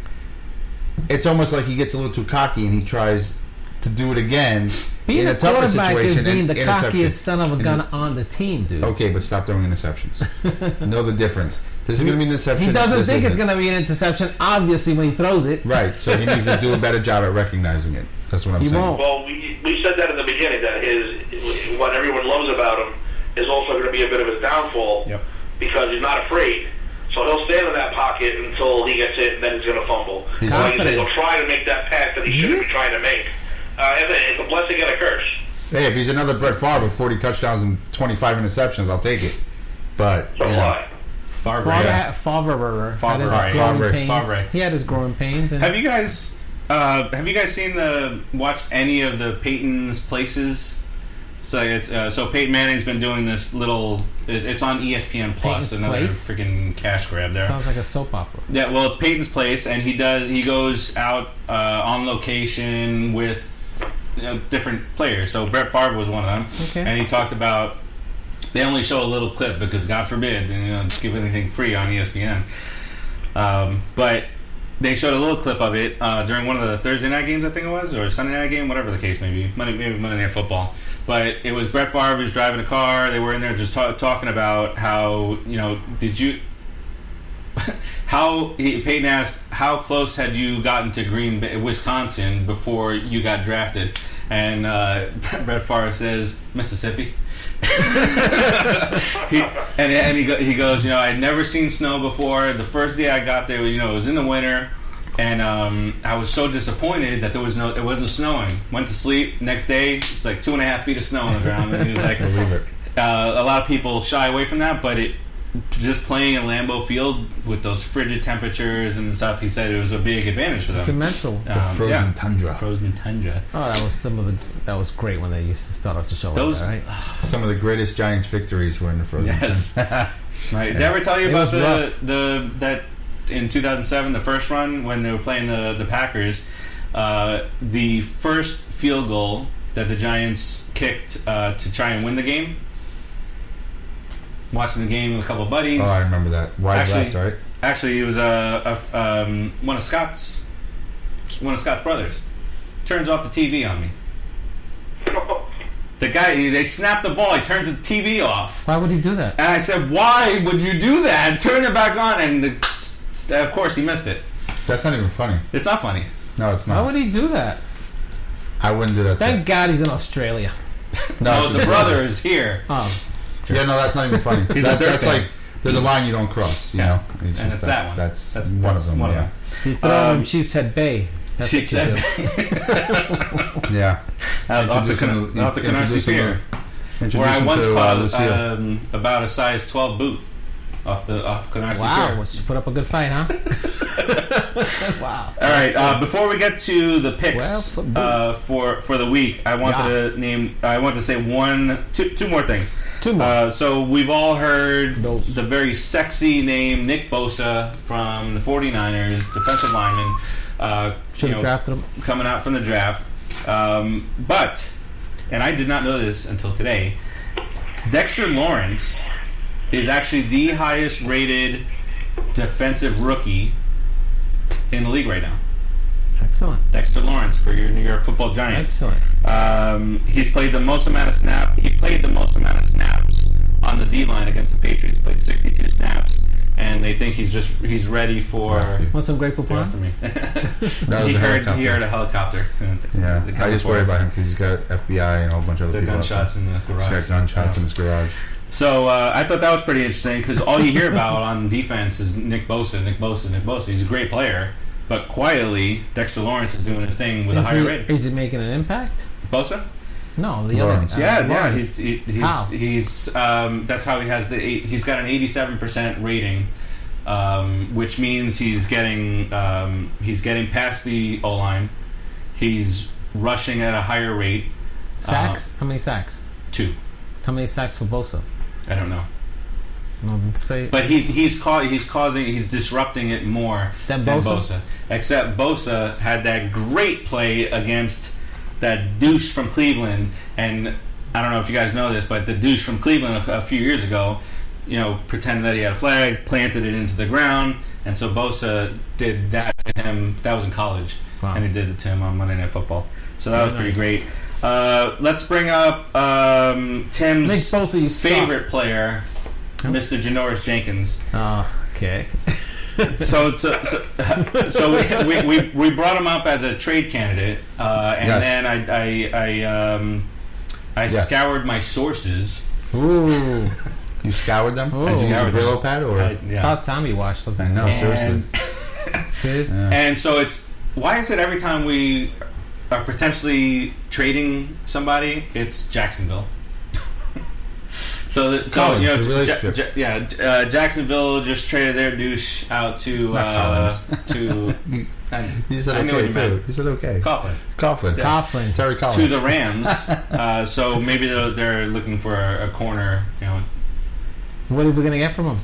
S1: it's almost like he gets a little too cocky and he tries to do it again
S3: Being
S1: in
S3: a
S1: a tougher
S3: quarterback is
S1: situation.
S3: being
S1: and
S3: the
S1: interception. Oh,
S3: cockiest son of a gun on the team, dude.
S1: Okay, but stop throwing interceptions. know the difference. This is going to be an interception.
S3: He doesn't
S1: This
S3: think it's
S1: isn't.
S3: going to be an interception, obviously, when he throws it.
S1: Right, so he needs to do a better job at recognizing it. That's what I'm
S3: He
S1: saying.
S3: won't.
S4: Well, we, we said that in the beginning that his what everyone loves about him is also going to be a bit of his downfall
S2: Yep.
S4: because he's not afraid. So he'll stand in that pocket until he gets hit, and then he's going to fumble.
S1: He's
S4: so like you said,
S3: confident.
S4: he'll try to make that pass that he shouldn't be trying to make. Uh, it's, a, it's a blessing and a curse.
S1: Hey, if he's another Brett Favre with 40 touchdowns and 25 interceptions, I'll take it. But
S4: So
S1: you know,
S4: why?
S2: Favre.
S3: Favre,
S1: Yeah.
S3: had- Favre, had his
S2: Favre,
S3: growing
S1: Favre,
S3: pains.
S2: Favre.
S3: He had his growing pains. And
S2: Have you guys uh, have you guys seen the watched any of the Peyton's places? So it's, uh, so Peyton Manning's been doing this little. It, it's on E ESPN Plus,
S3: Peyton's
S2: another
S3: Place?
S2: freaking cash grab there.
S3: Sounds like a soap opera.
S2: Yeah, well, it's Peyton's place, and he does. He goes out uh, on location with you know, different players. So Brett Favre was one of them,
S3: Okay.
S2: and he talked about. They only show a little clip because God forbid, you know, give anything free on E ESPN. Um, but they showed a little clip of it uh, during one of the Thursday night games, I think it was, or Sunday night game, whatever the case may be. Monday, maybe Monday Night Football. But it was Brett Favre who's driving a car. They were in there just ta- talking about how you know, did you? How he, Peyton asked, how close had you gotten to Green Bay, Wisconsin before you got drafted? And uh, Brett Favre says Mississippi. he, and and he, go, he goes, you know, I'd never seen snow before. The first day I got there, you know, it was in the winter, and um, I was so disappointed that there was no, it wasn't snowing. Went to sleep. Next day, it's like two and a half feet of snow on the ground, and he was like,
S1: believe it.
S2: uh, a lot of people shy away from that, but it just playing in Lambeau Field with those frigid temperatures and stuff, he said it was a big advantage for them.
S3: It's a mental.
S1: The
S2: Um,
S1: frozen
S2: yeah.
S1: tundra.
S2: frozen tundra.
S3: Oh, that was some of the. That was great when they used to start off the show.
S2: Those-
S3: like that, right?
S1: Some of the greatest Giants victories were in the frozen.
S2: Yes. right. Did I ever tell you
S3: It
S2: about
S3: was
S2: the,
S3: rough.
S2: the that in 2007, the first run when they were playing the the Packers, uh, the first field goal that the Giants kicked uh, to try and win the game. Watching the game with a couple buddies.
S1: Oh, I remember that. Wide
S2: Actually-
S1: left, right?
S2: Actually, it was a, a um, one of Scott's one of Scott's brothers. Turns off the TV on me. The guy he- they snap the ball. He turns the TV off,
S3: Why would he do that?
S2: and I said, "Why would you do that? Turn it back on." And the, of course, he missed it.
S1: That's not even funny.
S2: It's not funny.
S1: No, it's
S3: Why
S1: not.
S3: would he do that?
S1: I wouldn't do that. to-
S3: Thank God he's in Australia.
S2: No,
S1: it's
S2: Oh, the
S1: just-
S2: brother is here,
S3: Oh,
S1: Yeah, no, that's not even funny.
S2: He's
S1: That-
S2: a dirt
S1: that's
S2: fan.
S1: like there's a line you don't cross. You
S2: Yeah.
S1: know,
S2: and
S1: just
S2: it's that, one.
S1: That's,
S2: that's
S1: one
S2: that's
S1: of them.
S2: One
S1: yeah.
S2: of them.
S3: you throw
S2: Um,
S3: him Chiefs Head Bay. That's
S2: Chiefs
S3: what you
S2: Head
S3: do.
S1: yeah.
S2: Off the
S1: Introducing
S2: Can-
S1: a-
S2: off the Canarsie
S1: introducing
S2: Pier.
S1: a-
S2: where I
S1: introducing
S2: once
S1: uh, to, uh,
S2: caught
S1: Lucille.
S2: um, about a size 12 boot off the off Canarsie
S3: Wow,
S2: Pier.
S3: she put up a good fight, huh? wow.
S2: All right. Uh, before we get to the
S3: Well,
S2: picks
S3: football.
S2: uh, for for the week, I wanted to name. I want to say one, two, two more things.
S3: Two more.
S2: Uh, so we've all heard
S3: Those.
S2: the very sexy name Nick Bosa from the 49ers, defensive lineman. Uh,
S3: Should
S2: you
S3: have
S2: know,
S3: drafted him.
S2: coming out from the draft. Um, but, and I did not know this until today, Dexter Lawrence is actually the highest rated defensive rookie in the league right now.
S3: Excellent.
S2: Dexter Lawrence for your New York football Giants.
S3: Excellent.
S2: Um, he's played the most amount of snap. He played the most amount of snaps on the D line against the Patriots. Played 62 snaps, and they think he's just he's ready for.
S3: Want some grateful
S2: They're after
S3: porn?
S2: me.
S1: was
S2: he
S1: a
S2: heard
S1: helicopter.
S2: he heard a helicopter.
S1: Yeah,
S2: They
S1: I
S2: come
S1: just
S2: for
S1: worry
S2: us.
S1: about him because he's got FBI and a whole bunch of other
S2: The
S1: people. out
S2: gunshots
S1: there.
S2: in the garage.
S1: He's got gunshots in his garage.
S2: So uh, I thought that was pretty interesting because all you hear about on defense is Nick Bosa, Nick Bosa, Nick Bosa. He's a great player, but quietly Dexter Lawrence is doing his thing with a
S3: Is
S2: higher
S3: he,
S2: rate.
S3: is he making an impact?
S2: Bosa?
S3: No, the
S1: Lawrence.
S3: other.
S2: Yeah, yeah.
S3: Lawrence.
S2: He's he, he's,
S3: How?
S2: he's um, that's how he has the eight, he's got an eighty-seven percent rating, um, which means he's getting um, he's getting past the O line. He's rushing at a higher rate. uh-huh.
S3: sacks. How many sacks?
S2: Two,
S3: How many sacks for Bosa?
S2: I don't know.
S3: No, say
S2: But he's he's ca- he's causing he's disrupting it more
S3: Than
S2: than,
S3: Bosa?
S2: Bosa? Except Bosa had that great play against that douche from Cleveland, and I don't know if you guys know this, but the douche from Cleveland a, a few years ago, you know, pretended that he had a flag, planted it into the ground, and so Bosa did that to him. That was in college,
S3: Wow.
S2: and he did it to him on Monday Night Football. So that was
S3: Very
S2: pretty
S3: nice.
S2: great. Uh, let's bring up um, Tim's
S3: Nick Bosa, you suck.
S2: favorite player, Mr. Janoris Jenkins.
S3: Oh, okay.
S2: So it's a, so, so we, we, we, we brought him up as a trade candidate, uh, and
S1: Yes.
S2: then I I I, um, I
S1: Yes.
S2: scoured my sources.
S3: Ooh.
S1: You scoured them?
S3: Oh.
S1: Did you use a
S2: Scoured them.
S1: Brillo pad or?
S2: I,
S1: I,
S2: yeah.
S3: About time you watched something.
S1: know,
S2: And,
S1: seriously.
S3: Sis.
S2: and so it's why is it every time we are potentially trading somebody, it's Jacksonville. So, that, so
S1: Collins,
S2: you know,
S1: the
S2: Ja-
S1: relationship.
S2: Ja- yeah, uh, Jacksonville just traded their douche out to
S1: Not
S2: uh, to
S1: You said
S2: I knew what
S1: okay
S2: you
S1: too.
S2: meant.
S1: You said okay.
S2: Coughlin.
S1: Coughlin.
S2: Yeah.
S3: Coughlin.
S1: Terry Collins.
S2: to the Rams. uh, so maybe they're, they're looking for a, a corner. You know,
S3: What are we gonna get from him?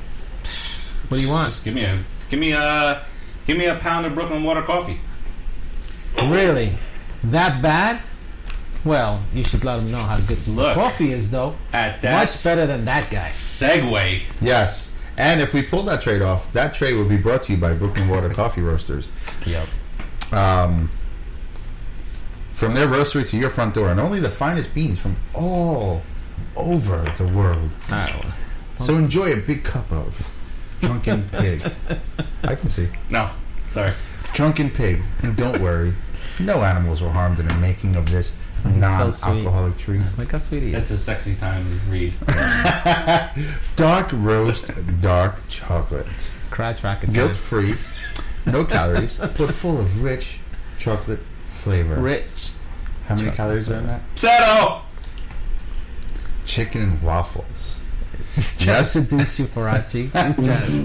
S3: What do you want?
S2: just give me a give me a give me a pound of Brooklyn water coffee.
S3: Really? That bad? Well, you should let him know how good
S2: Look.
S3: coffee is, though.
S2: At that
S3: Much better than that guy.
S2: segue,
S1: Yes. And if we pulled that trade off, that trade would be brought to you by Brooklyn Water Coffee Roasters.
S3: Yep.
S1: Um, from their roastery to your front door, and only the finest beans from all over the world. So enjoy a big cup of drunken pig. I can see.
S2: no, sorry,
S1: Drunken pig. And don't worry, no animals were harmed in the making of this non
S3: That's so sweet.
S1: alcoholic treat.
S3: Like how sweet he is.
S2: that's a sexy time to read.
S1: Dark roast, dark chocolate.
S3: Crash racket.
S1: Guilt free, no calories, but full of rich chocolate flavor.
S3: Rich.
S1: How many calories are in that?
S2: Settle.
S1: Chicken and waffles.
S3: Just
S1: Yes.
S3: seduce you, Farachi. Just-
S1: You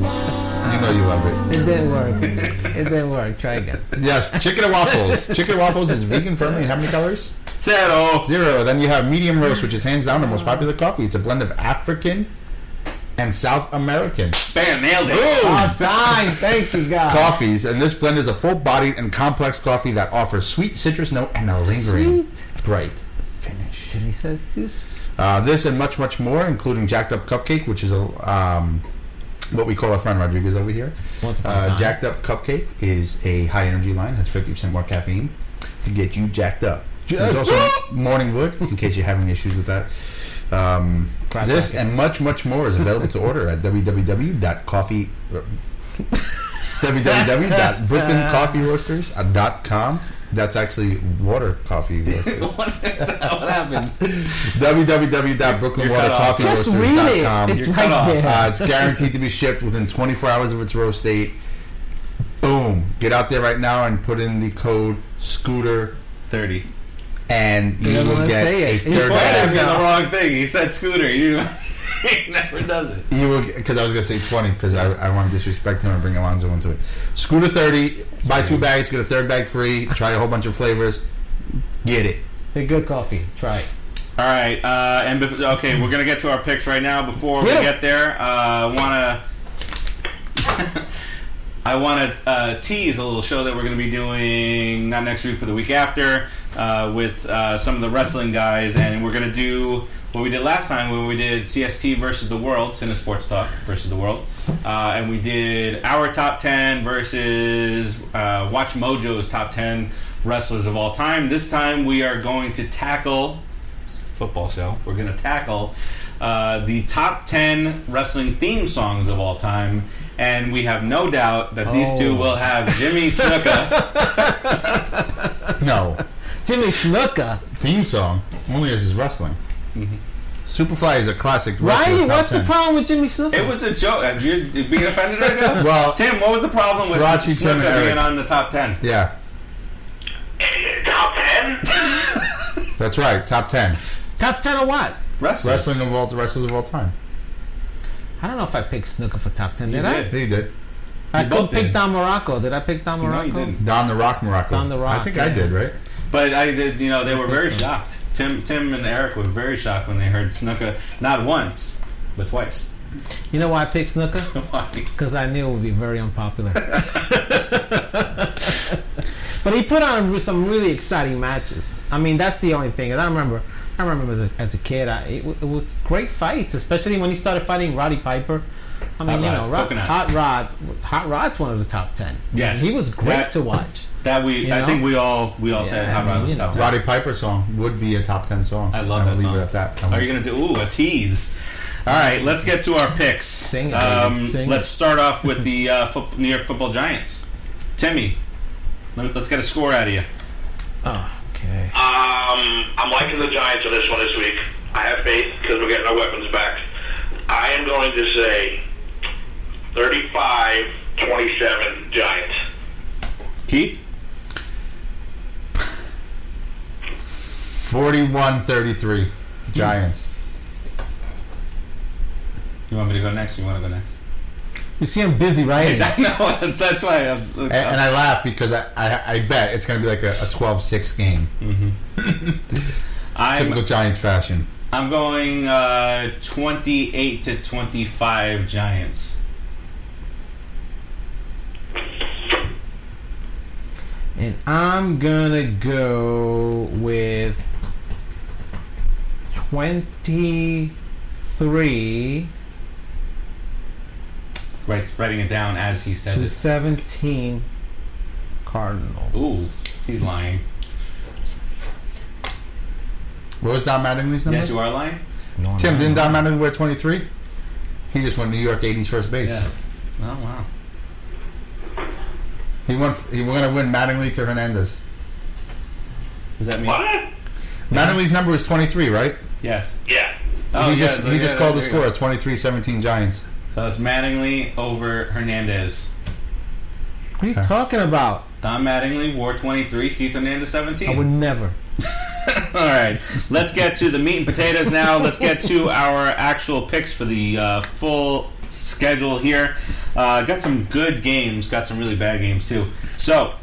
S1: know you love it.
S3: it didn't work. It didn't work. Try again.
S1: Yes, chicken and waffles. Chicken and waffles is vegan friendly and how many calories?
S2: Settle.
S1: Zero. Then you have medium roast, which is hands down the most popular coffee. It's a blend of African and South American
S2: Bam, nailed it.
S3: About time. Thank you, God.
S1: coffees, and this blend is a full-bodied and complex coffee that offers sweet citrus note and a lingering
S3: Sweet.
S1: bright finish.
S3: And he says, "Deuce."
S1: Uh, this and much, much more, including Jacked Up Cupcake, which is a um, what we call our friend Rodriguez over here.
S3: Once upon a
S1: Uh,
S3: time.
S1: jacked Up Cupcake is a high energy line. Has 50% more caffeine to get you jacked up. There's also Morning Wood in case you're having issues with that. Um,
S3: Crab
S1: this
S3: jacket.
S1: and much, much more is available to order at www.coffee. www.brooklyncoffeeroasters.com. uh, That's actually water coffee roasters.
S2: what happened? You're cut off.
S3: Just read it.
S1: www.brooklynwatercoffeeroasters.com.
S3: It's
S2: You're
S3: right
S2: cut off.
S3: there.
S1: Uh, it's guaranteed to be shipped within 24 hours of its roast date. Boom! Get out there right now and put in the code Scooter,
S2: Thirty.
S1: and you
S3: don't
S1: will
S3: wanna
S1: get
S3: say
S1: a
S3: it. It's
S2: Pointed
S1: third
S2: at me on
S3: No.
S2: the wrong thing. He said scooter. You. he never does it.
S1: You will because I was gonna say twenty because I, I want to disrespect him and bring Alonzo into it. Screw the thirty. Buy two bags, get a third bag free. Try a whole bunch of flavors. Get it.
S3: They're good coffee. Try it.
S2: All right, uh, and bef- okay, we're gonna get to our picks right now. Before we
S3: Yeah.
S2: get there, uh, wanna I want to uh, tease a little show that we're gonna be doing not next week but the week after uh, with uh, some of the wrestling guys, and we're gonna do what we did last time when we did CST versus the World, Cine Sports Talk versus the World, uh, and we did our top ten versus uh, Watch Mojo's top ten wrestlers of all time. This time we are going to tackle football show. We're going to tackle uh, the top 10 wrestling theme songs of all time. And we have no doubt that these two
S3: Oh.
S2: will have Jimmy Snuka.
S1: No
S3: Jimmy Snuka.
S1: theme song only as is wrestling. Superfly is a classic.
S3: Right?
S1: wrestler, top
S3: Mm-hmm. What's the
S1: 10.
S3: problem with Jimmy Snuka?
S2: it was a joke. Are you you being offended right now?
S1: Well-
S2: Tim, what was the problem with
S1: Farachi, Tim, and
S2: Snuka being
S1: Eric.
S2: on the top 10?
S1: Yeah,
S4: Top ten?
S1: that's right. Top ten
S3: Top 10 of what?
S2: Wrestlers.
S1: wrestling of all wrestlers of all time.
S3: I don't know if I picked Snooker for top 10, did
S2: You
S3: I?
S2: did.
S1: He did.
S3: I
S2: You
S3: could
S2: both
S3: pick
S2: did.
S3: Don Morocco. Did I pick Don
S2: No,
S3: Morocco?
S2: you didn't.
S1: Don the Rock Morocco.
S3: Don the Rock,
S1: I think I
S3: yeah.
S1: did right.
S2: But I did, you know, they were very shocked. Tim, Tim and Eric were very shocked when they heard Snuka, not once, but twice.
S3: You know why I picked Snooker? Because I knew it would be very unpopular. but he put on re- some really exciting matches. I mean, that's the only thing. And I remember, I remember as a, as a kid, I, it, w- it was great fights, especially when he started fighting Roddy Piper. I mean,
S2: Hot
S3: you
S2: Rod,
S3: know, Rod,
S2: Coconut.
S3: Hot Rod, Hot Rod's one of the top ten.
S2: Yes.
S3: he was great
S2: That-
S3: to watch.
S2: that we,
S3: You
S2: I
S3: know?
S2: think we all, we all said,
S3: Yeah,
S2: how
S3: I mean,
S2: about
S3: you
S2: this top
S3: know.
S2: 10?
S1: Roddy Piper song would be a top ten song.
S2: I love
S1: I'll
S2: that
S1: leave
S2: song.
S1: It at that.
S2: Are you gonna do ooh a tease? All right, let's get to our picks.
S3: Sing it,
S2: um,
S3: baby, sing
S2: let's
S3: it.
S2: start off with the uh, foot- New York Football Giants. Timmy, let- let's get a score out of you.
S3: Oh, okay.
S4: Um, I'm liking the Giants on this one this week. I have faith because we're getting our weapons back. I am going to say 35-27 Giants.
S2: Keith,
S1: 41-33
S2: Hmm.
S1: Giants.
S2: you want me to go next? Or you want to go next?
S3: You see, I'm busy writing.
S2: no, that's, that's why. I'm,
S1: And, and I laugh because I, I, I bet it's going to be like a, a 12-6 game. Typical
S2: I'm,
S1: Giants fashion.
S2: I'm going uh, 28 to 25 Giants.
S3: And I'm gonna go with 23
S2: Right, writing it down as he says
S3: to
S2: it.
S3: 17 Cardinal.
S2: Ooh, he's lying.
S1: What was Don Mattingly's number?
S2: Yes, you are lying.
S1: Tim, didn't Don Mattingly wear 23? He just won New York 80s first base.
S2: Oh wow.
S1: He won. He were going to win Mattingly to Hernandez.
S2: Does that mean?
S4: What?
S1: Mattingly's number was 23, right?
S2: Yes.
S4: Yeah.
S2: Oh,
S1: he
S2: yeah,
S1: just
S2: so
S1: he
S2: yeah,
S1: just called the
S2: there you go.
S1: score, 23-17 Giants.
S2: So it's Mattingly over Hernandez.
S3: What
S2: uh,
S3: are you talking about?
S2: Don Mattingly wore 23, Keith Hernandez 17.
S3: I would never.
S2: All right, let's get to the meat and potatoes now. Let's get to our actual picks for the uh, full schedule here. Uh, got some good games, got some really bad games too. So,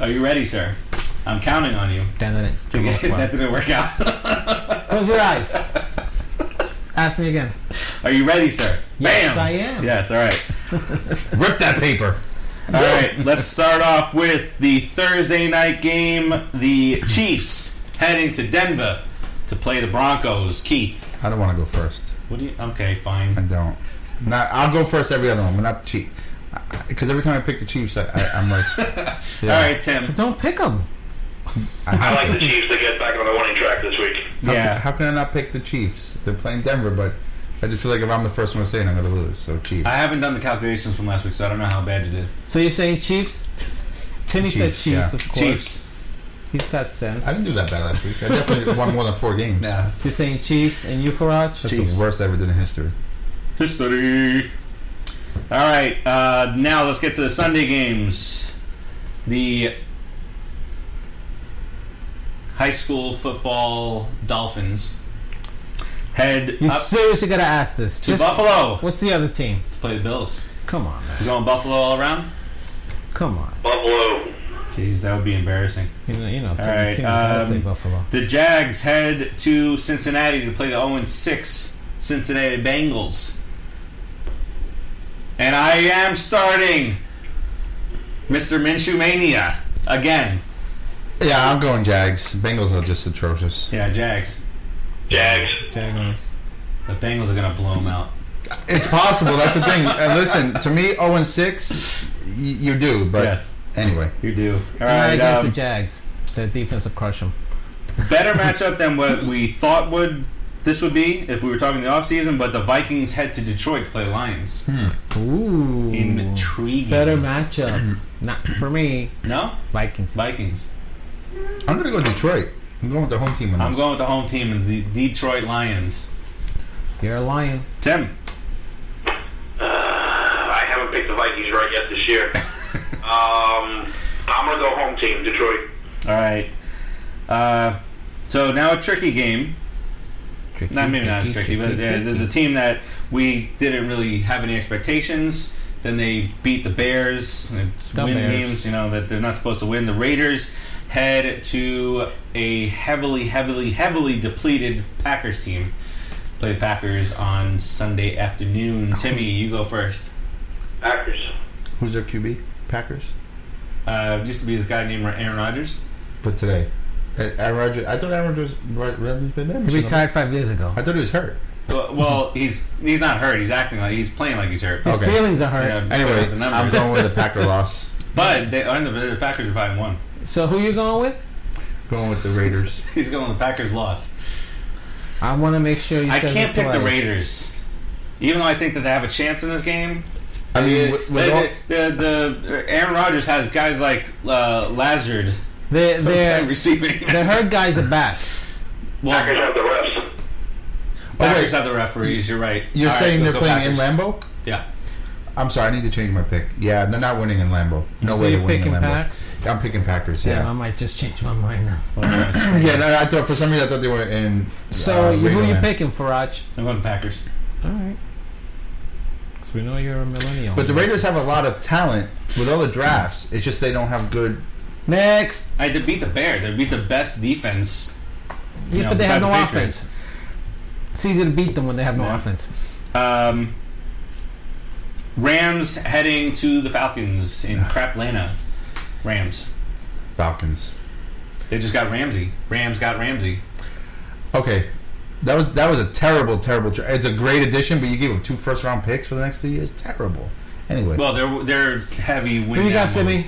S2: are you ready, sir? I'm counting on you.
S3: Damn it.
S2: To get, that
S3: Close
S2: didn't work out.
S3: your eyes. Ask me again.
S2: Are you ready, sir?
S3: Yes,
S2: Bam!
S3: I am.
S2: Yes, all right.
S1: Rip that paper.
S2: All right, let's start off with the Thursday night game. The Chiefs heading to Denver to play the Broncos. Keith,
S1: I don't want to go first.
S2: what do you? Okay,
S1: I
S2: fine.
S1: don't. Now I'll go first every other one, but not the Chiefs. Because every time I pick the Chiefs, I, I, I'm like, yeah,
S2: All right, Tim.
S3: Don't pick them.
S1: I have
S4: I
S1: to.
S4: like the Chiefs to get back on the winning track this week.
S1: How,
S2: Yeah.
S1: can, how can I not pick the Chiefs? They're playing Denver, but I just feel like if I'm the first one to say it, I'm going to lose. So Chiefs.
S2: I haven't done the calculations from last week, so I don't know how bad you did.
S3: So you're saying Chiefs? Timmy said
S1: Chiefs,
S3: Chiefs,
S1: yeah.
S3: of course.
S2: Chiefs.
S3: He's got sense.
S1: I didn't do that bad last week. I definitely won more than four games.
S2: Yeah.
S3: You're saying Chiefs and you, Karaj?
S1: That's
S2: Chiefs.
S1: the worst I ever did in history.
S2: History. All right. Uh, now let's get to the Sunday games. The high school football Dolphins head
S3: You
S2: up
S3: seriously gotta ask this.
S2: Uh, to Buffalo
S3: What's the other team?
S2: to play the Bills.
S3: Come on, man.
S2: You going Buffalo all around?
S3: Come on.
S4: Buffalo.
S2: Jeez, that would be embarrassing.
S3: You know, you know.
S2: All right,
S3: think about
S2: um,
S3: say Buffalo.
S2: The Jags head to Cincinnati to play the 0 6 Cincinnati Bengals. And I am starting Mr. Minshew Mania again.
S1: Yeah, I'm going Jags. Bengals are just atrocious.
S2: Yeah, Jags.
S4: Jags.
S3: Jaguars.
S2: The Bengals are going to blow them out.
S1: It's possible. That's the thing. And listen, to me, 0 and 6, y- you do. But
S2: yes,
S1: anyway,
S2: you do. All
S3: All right,
S2: right.
S3: against
S2: Um,
S3: the Jags. The defense will crush them.
S2: better matchup than what we thought would this would be if we were talking the offseason, but the Vikings head to Detroit to play the Lions.
S3: Ooh.
S2: Intriguing.
S3: Better matchup. Not for me.
S2: No?
S3: Vikings.
S2: Vikings.
S1: I'm going to go Detroit. I'm going with the home team. on
S2: I'm
S1: this.
S2: going with the home team and the Detroit Lions.
S3: You're a lion.
S2: Tim.
S4: I haven't picked the Vikings right yet this year. um, I'm gonna go home team, Detroit.
S2: All right. Uh, so now a tricky game.
S3: Tricky,
S2: Not maybe not as tricky, but uh, there's a team that we didn't really have any expectations. Then they beat the Bears, and it's
S3: The
S2: win
S3: Bears.
S2: games you know that they're not supposed to win. The Raiders head to a heavily, heavily, heavily depleted Packers team. Play the Packers on Sunday afternoon. Timmy, you go first.
S4: Packers.
S1: Who's their QB? Packers.
S2: Uh, used to be this guy named Aaron Rodgers.
S1: But today, Uh, Aaron Rodgers. I thought Aaron Rodgers Rod- Rodgers been there.
S3: He retired five years ago.
S1: I thought he was hurt.
S2: Well, well, he's he's not hurt. He's acting like he's playing like he's hurt.
S3: His
S1: Okay.
S3: feelings are hurt.
S2: Yeah,
S1: Anyway,
S2: the numbers.
S1: I'm going with the Packer loss.
S2: But they are the, the Packers are five and one.
S3: So who you going with?
S1: Going with the Raiders.
S2: He's going the Packers lost.
S3: I want to make sure you.
S2: I
S3: says
S2: can't
S3: it
S2: pick the
S3: twice.
S2: Raiders, even though I think that they have a chance in this game.
S1: I mean,
S2: The,
S1: with, with all,
S2: the, the- Aaron Rodgers has guys like uh, Lazard
S3: They're, they're,
S2: receiving.
S3: the hurt guys are back.
S2: well,
S4: Packers
S2: Packers,
S4: have the refs.
S1: oh, wait,
S2: have the referees. You're right.
S1: you're
S2: All right,
S1: saying
S2: let's
S1: they're
S2: go
S1: playing
S2: Packers.
S1: in Lambeau?
S2: Yeah.
S1: I'm sorry, I need to change my pick. Yeah, they're not winning in Lambeau. No
S3: So
S1: way
S3: you're
S1: they're winning in
S3: picking
S1: Lambeau.
S3: Packs.
S1: I'm picking Packers.
S3: Damn, I
S1: Yeah.
S3: might just change my mind now.
S1: Yeah, no, I thought for some reason I thought they were in.
S3: So
S1: uh,
S3: you, who you
S1: Raiderland.
S3: picking, Faraj?
S2: I'm going Packers.
S3: All right. Because we know you're a millennial.
S1: But the Raiders have a lot of talent with all the drafts. It's just they don't have good.
S3: Next.
S2: I they beat the Bears. They beat the best defense.
S3: Yeah,
S2: know,
S3: but they have
S2: besides
S3: no
S2: the Patriots.
S3: offense. It's easy to beat them when they have no
S2: Yeah.
S3: offense.
S2: Um, Rams heading to the Falcons in Craplana. Rams.
S1: Falcons.
S2: They just got Ramsey. Rams got Ramsey.
S1: Okay, that was that was a terrible, terrible. Tra- it's a great addition, but you gave him two first round picks for the next two years. Terrible. Anyway,
S2: Well, they're they're heavy win.
S3: Who you
S2: now
S3: got,
S2: mode.
S3: Timmy?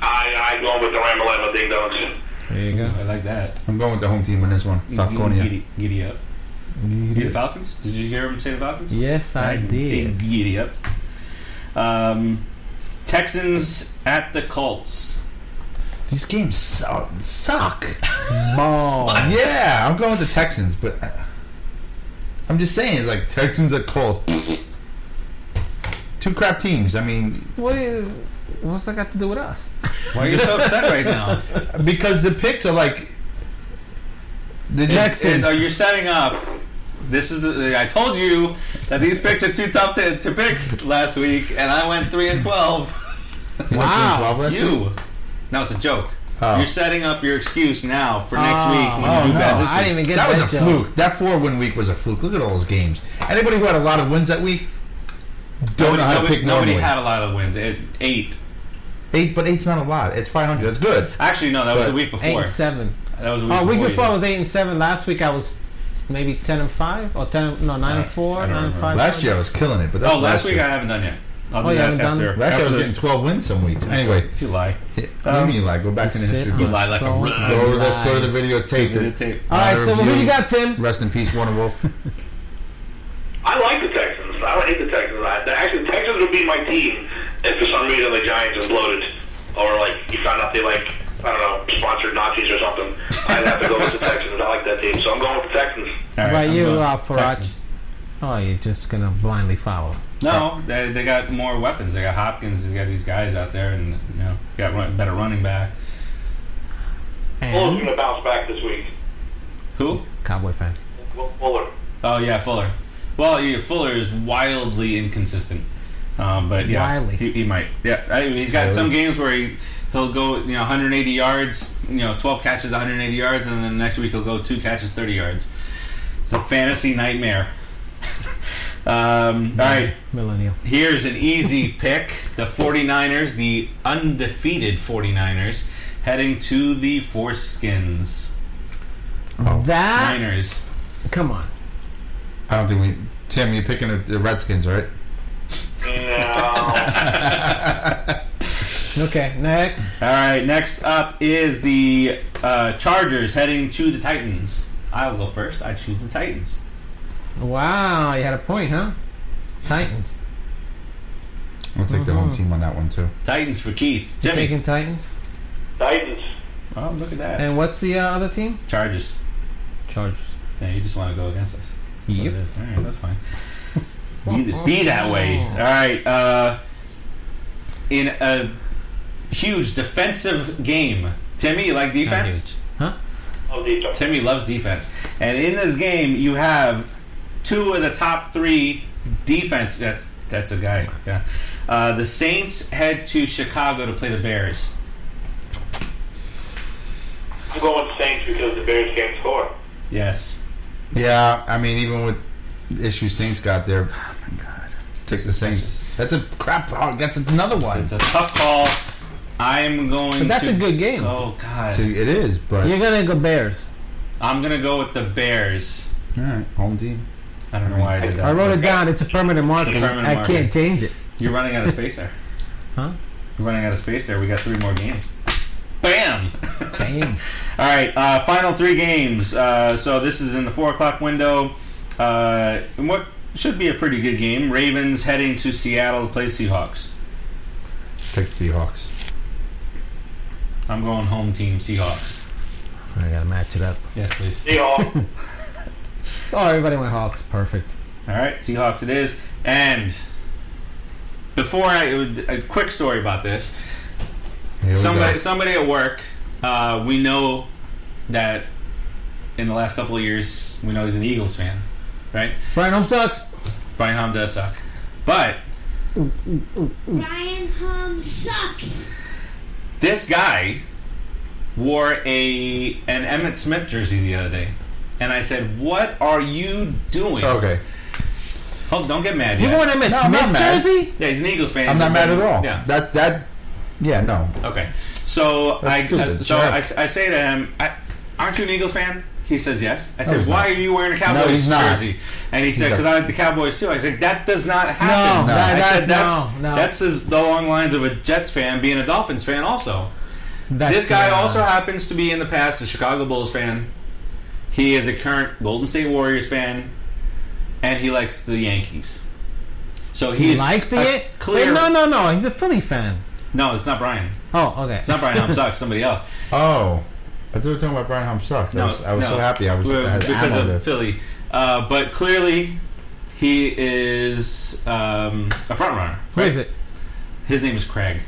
S4: I I going with the Ramalama Ding Dongs.
S3: There you
S2: I like that.
S1: I'm going with the home team on this one. Falconia.
S2: Giddy, giddy up. You the Falcons? Did you hear him say the Falcons?
S3: Yes, I
S2: Right,
S3: did.
S2: big Giddy up. Um, Texans at the Colts.
S1: These games suck. suck.
S3: Ball.
S1: Yeah, I'm going with the Texans, but uh, I'm just saying, it's like Texans are cold. Two crap teams. I mean,
S3: What is? What's that got to do with us?
S2: Why are you so upset right now?
S1: because the picks are like. They just,
S3: Texans.
S2: And, uh, you're setting up. This is the, I told you that these picks are too tough to, to pick last week, and I went three and twelve.
S3: Wow.
S2: You. No, it's a joke.
S1: Oh.
S2: You're setting up your excuse now for next
S3: Oh.
S2: week when you
S1: Oh,
S2: do
S1: no,
S2: bad this
S3: I
S2: week.
S3: didn't even get
S1: that
S3: that.
S1: was a
S3: joke.
S1: fluke. That four win week was a fluke. Look at all those games. Anybody who had a lot of wins that week don't
S2: nobody,
S1: know how
S2: nobody-
S1: to pick
S2: nobody
S1: normally.
S2: had a lot of wins. It, eight.
S1: Eight, but eight's not a lot. It's five hundred. That's good.
S2: Actually, no, that was
S1: But
S2: the week
S3: Eight
S2: before.
S3: and seven.
S2: That was the week
S3: Oh,
S2: before.
S3: week before I
S2: you
S3: was eight and seven. Last week I was maybe ten and five or ten. and- No, nine and
S2: Uh, I
S3: four,
S2: don't
S3: nine and
S2: remember.
S3: five.
S1: Last year I was killing it, but that's
S2: did. Oh, last week
S1: year.
S2: I haven't done yet. I'll do
S3: Oh, you
S2: that
S3: haven't done?
S2: after.
S1: last year I was
S2: after
S1: getting twelve wins some weeks. Anyway,
S2: this- You lie.
S1: it,
S2: Um,
S1: what do you mean like go back in the history
S3: Sit
S1: books?
S2: You
S3: on
S2: lie like a
S3: stone
S2: rat.
S1: Go over, let's go to the
S3: lies.
S1: videotape.
S2: Give
S1: and-
S2: it a tape.
S3: All right, so who
S1: Review.
S3: you got, Tim?
S1: Rest in peace, Warner Wolf.
S4: I like the Texans. I don't hate the Texans. I, actually, the Texans would be my team if for some reason the Giants imploded or like you found out they like I don't know sponsored Nazis or something. I'd have to go with the Texans. I like that team, so I'm going with the Texans.
S2: All
S3: How
S2: right,
S3: about
S2: I'm
S3: you,
S2: going
S3: uh, Faraj?
S2: Texans.
S3: Oh, you're just gonna blindly follow.
S2: No, they, they got more weapons. They got Hopkins. They got these guys out there, and you know, got run, better running back.
S4: Bulls
S3: And
S2: Oh,
S4: going to bounce back this week.
S2: Who?
S3: Cowboy fan.
S4: Fuller.
S2: Oh yeah, Fuller. Well, yeah, Fuller is wildly inconsistent. Um, but yeah,
S3: Wildly.
S2: He, he might. Yeah, I mean, he's got some games where he he'll go you know 180 yards, you know 12 catches, 180 yards, and then the next week he'll go two catches, 30 yards. It's a fantasy nightmare. um, all right,
S3: Millennial.
S2: Here's an easy pick. The 49ers, the undefeated 49ers, heading to the Foreskins. Oh.
S3: that.
S2: Niners.
S3: Come on.
S1: I don't think we. Tim, you're picking the, the Redskins, right?
S4: No.
S3: Okay, next.
S2: All right, next up is the uh, Chargers heading to the Titans. I'll go first. I choose the Titans.
S3: Wow, you had a point, huh? Titans.
S1: We'll take the home team on that one too.
S2: Titans for Keith. Timmy.
S3: Taking Titans.
S4: Titans.
S2: Oh, look at that.
S3: And what's the uh, other team?
S2: Chargers.
S3: Chargers.
S2: Yeah, you just want to go against us. That's what
S3: Yep.
S2: it is. All right, that's fine. Oh. be, th- be that way. All right. Uh, in a huge defensive game, Timmy, you like defense?
S3: Huh?
S4: Of the
S2: Timmy loves defense. And in this game, you have two of the top three defense. That's that's a guy. Yeah. Uh, the Saints head to Chicago to play the Bears.
S4: I'm going Saints because the Bears can't score.
S2: Yes.
S1: Yeah, I mean, even with the issue Saints got there,
S2: Oh my God.
S1: take the Saints. That's a crap. Oh, that's another one.
S2: It's a tough call. I'm going.
S3: But that's
S2: to
S3: a good game.
S2: Oh God.
S1: See, it is, but
S3: You're gonna go Bears.
S2: I'm gonna go with the Bears.
S1: all right, home team.
S2: I don't know why I did that.
S3: I wrote it down. It's a permanent marker.
S2: permanent
S3: I
S2: marker.
S3: can't change it.
S2: You're running out of space there.
S3: Huh?
S2: You're running out of space there. We got three more games. Bam!
S3: Damn.
S2: All right, uh, final three games. Uh, so this is in the four o'clock window. Uh, and what should be a pretty good game. Ravens heading to Seattle to play Seahawks.
S1: Take the Seahawks.
S2: I'm going home team Seahawks.
S3: I gotta match it up.
S2: Yes, please.
S4: Seahawks.
S3: Oh, everybody went Hawks. Perfect.
S2: All right, Seahawks it is. And before I, a quick story about this.
S1: Here we
S2: somebody
S1: go.
S2: somebody at work uh, we know that in the last couple of years we know he's an eagles fan right
S3: Brian Home sucks.
S2: brian hom does suck but
S6: Ryan Hum sucks.
S2: this guy wore a an emmett smith jersey the other day and i said what are you doing
S1: Okay,
S2: Hold, don't get mad
S3: You
S2: yet.
S3: want him in
S1: No, I'm not
S3: Smith
S1: mad.
S3: jersey?
S2: yeah he's an eagles fan
S1: I'm
S2: He's
S1: not
S2: a-
S1: mad at all.
S2: yeah
S1: That that. Yeah, no.
S2: Okay. So
S1: That's
S2: I
S1: stupid.
S2: uh, so
S1: Sure.
S2: I, I say to him, I, "Aren't you an Eagles fan?" He says, "Yes." I said,
S1: he's
S2: "Why are you wearing a Cowboys
S1: he's not.
S2: jersey?" And he said, "Because I like the Cowboys too." I said, "That does not happen."
S3: No,
S1: No.
S2: I
S3: that-
S2: said, "That's
S3: no, no.
S2: that's as along the lines of a Jets fan being a Dolphins fan." Also,
S3: That's,
S2: this guy
S3: uh,
S2: also happens to be in the past a Chicago Bulls fan. He is a current Golden State Warriors fan, and he likes the Yankees. So he's
S3: he likes the
S2: a
S3: Yan-
S2: clear.
S3: Wait, No, no, no. He's a Philly fan.
S2: no, it's not Brian.
S3: Oh, okay.
S2: It's not Brian. I'm sorry, somebody else.
S1: Oh, I thought we were talking about Brian Hom sucks. I was, I was so happy. I was
S2: Well,
S1: I had ammo
S2: because
S1: to-
S2: of Philly, uh, but clearly he is um, a front runner.
S3: Who is it?
S2: His name is Craig.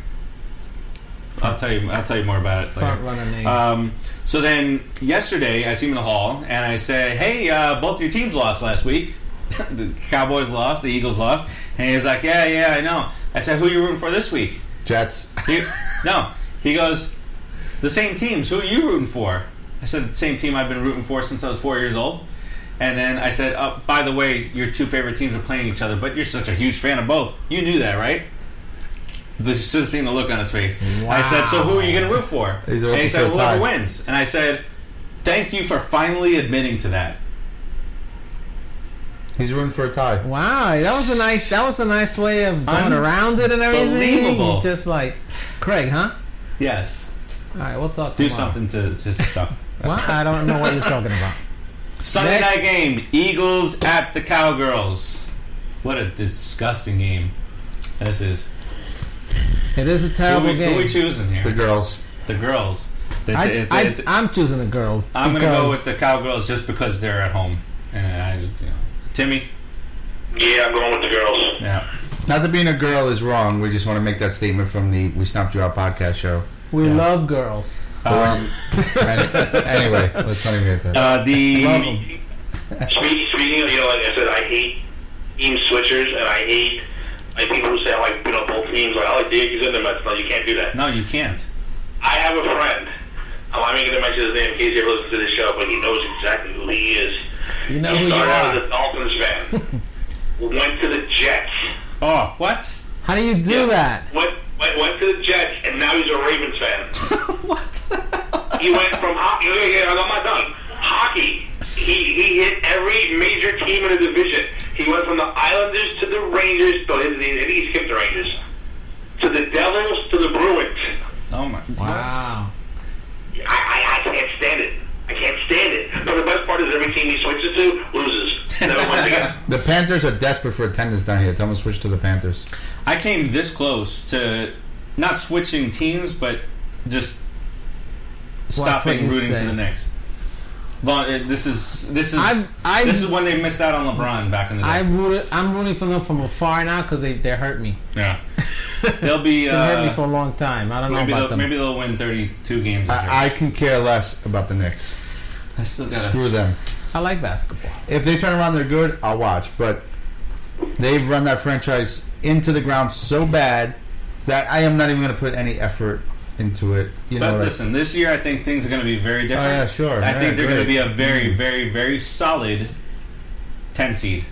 S2: I'll tell you. I'll tell you more about it
S3: Front
S2: later.
S3: runner name.
S2: Um, so then yesterday, I see him in the hall, and I say, "Hey, uh, both your teams lost last week. the Cowboys lost, the Eagles lost." And he's like, "Yeah, yeah, I know." I said, "Who you rooting for this week?"
S1: Jets.
S2: He, no, he goes, the same teams. Who are you rooting for? I said, the same team I've been rooting for since I was four years old. And then I said, oh, by the way, your two favorite teams are playing each other, but you're such a huge fan of both. You knew that, right? The, you should have seen the look on his face. I said, so who are you going to root for?
S1: He's
S2: and he
S1: open
S2: said,
S1: to a tie.
S2: whoever wins. And I said, thank you for finally admitting to that.
S1: He's rooting for a tie.
S3: wow, that was a nice. That was a nice way of going
S2: Unbelievable.
S3: around it and everything.
S2: Unbelievable.
S3: Just like Craig, huh?
S2: Yes.
S3: All right, we'll talk.
S2: Do
S3: tomorrow.
S2: something to, to stuff.
S3: Wow, I don't know what you're talking about.
S2: Sunday
S3: Next.
S2: night game: Eagles at the Cowgirls. What a disgusting game this is.
S3: It is a
S2: Who
S3: terrible
S2: we, who we
S3: game.
S2: choosing
S1: The
S2: here?
S1: girls.
S2: The girls. It's,
S3: I,
S2: it's,
S3: I,
S2: it's,
S3: I'm choosing a girl.
S2: I'm gonna go
S3: because-
S2: with the Cowgirls just because they're at home, and I just you know. Timmy,
S4: Yeah, I'm going with the girls.
S2: yeah,
S1: Not that being a girl is wrong. We just want to make that statement from the We Snapped You Out podcast show.
S3: We
S2: yeah.
S3: love girls.
S1: Uh.
S2: Um,
S1: anyway, let's not even get that.
S2: uh, the
S4: Speaking, speaking of, you know, like I said, I hate team switchers and I hate like people who say I like you know both teams. Like I like the Yankees and the Mets. No, you can't do that.
S2: no, you can't.
S4: I have a friend. I'm not even going to mention his name in case he ever listens to this show, but he knows exactly who he is.
S3: You know who
S4: he
S3: you
S4: started out as
S3: are.
S4: a Dolphins fan. went to the Jets.
S2: Oh, what?
S3: How do you do that?
S4: Went, went went to the Jets, and now he's a Ravens fan.
S2: what?
S4: he went from hockey. Yeah, yeah, I'm not done. Hockey. He he hit every major team in the division. He went from the Islanders to the Rangers. No, he, he, he skipped the Rangers. To the Devils to the Bruins.
S2: oh my!
S3: Wow.
S4: I, I, I can't stand it. I can't stand it. But the best part is every team he switches to loses. Never wins again.
S1: The Panthers are desperate for attendance down here. Tell them to switch to the Panthers.
S2: I came this close to not switching teams, but just stopping
S3: couldn't
S2: rooting
S3: say.
S2: for the Knicks. Well, it- this is this is
S3: I've- I've-
S2: this is when they missed out on LeBron back in the day.
S3: I rooted, I'm rooting for them from afar now because they they hurt me.
S2: yeah, they'll be
S3: They hurt me for
S2: uh,
S3: a long time. I don't know
S2: maybe
S3: about
S2: they'll,
S3: them.
S2: maybe they'll win thirty two games. This year.
S1: I, I can care less about the Knicks.
S2: I still gotta.
S1: Screw them.
S3: I like basketball.
S1: If they turn around, they're good. I'll watch. But they've run that franchise into the ground so bad that I am not even going to put any effort into it. You know,
S2: But
S1: like-
S2: listen, this year I think things are going to be very
S1: oh
S2: different.
S1: yeah, sure.
S2: I
S1: Yeah,
S2: think they're going to
S1: great.
S2: be a very, very, very solid ten seed.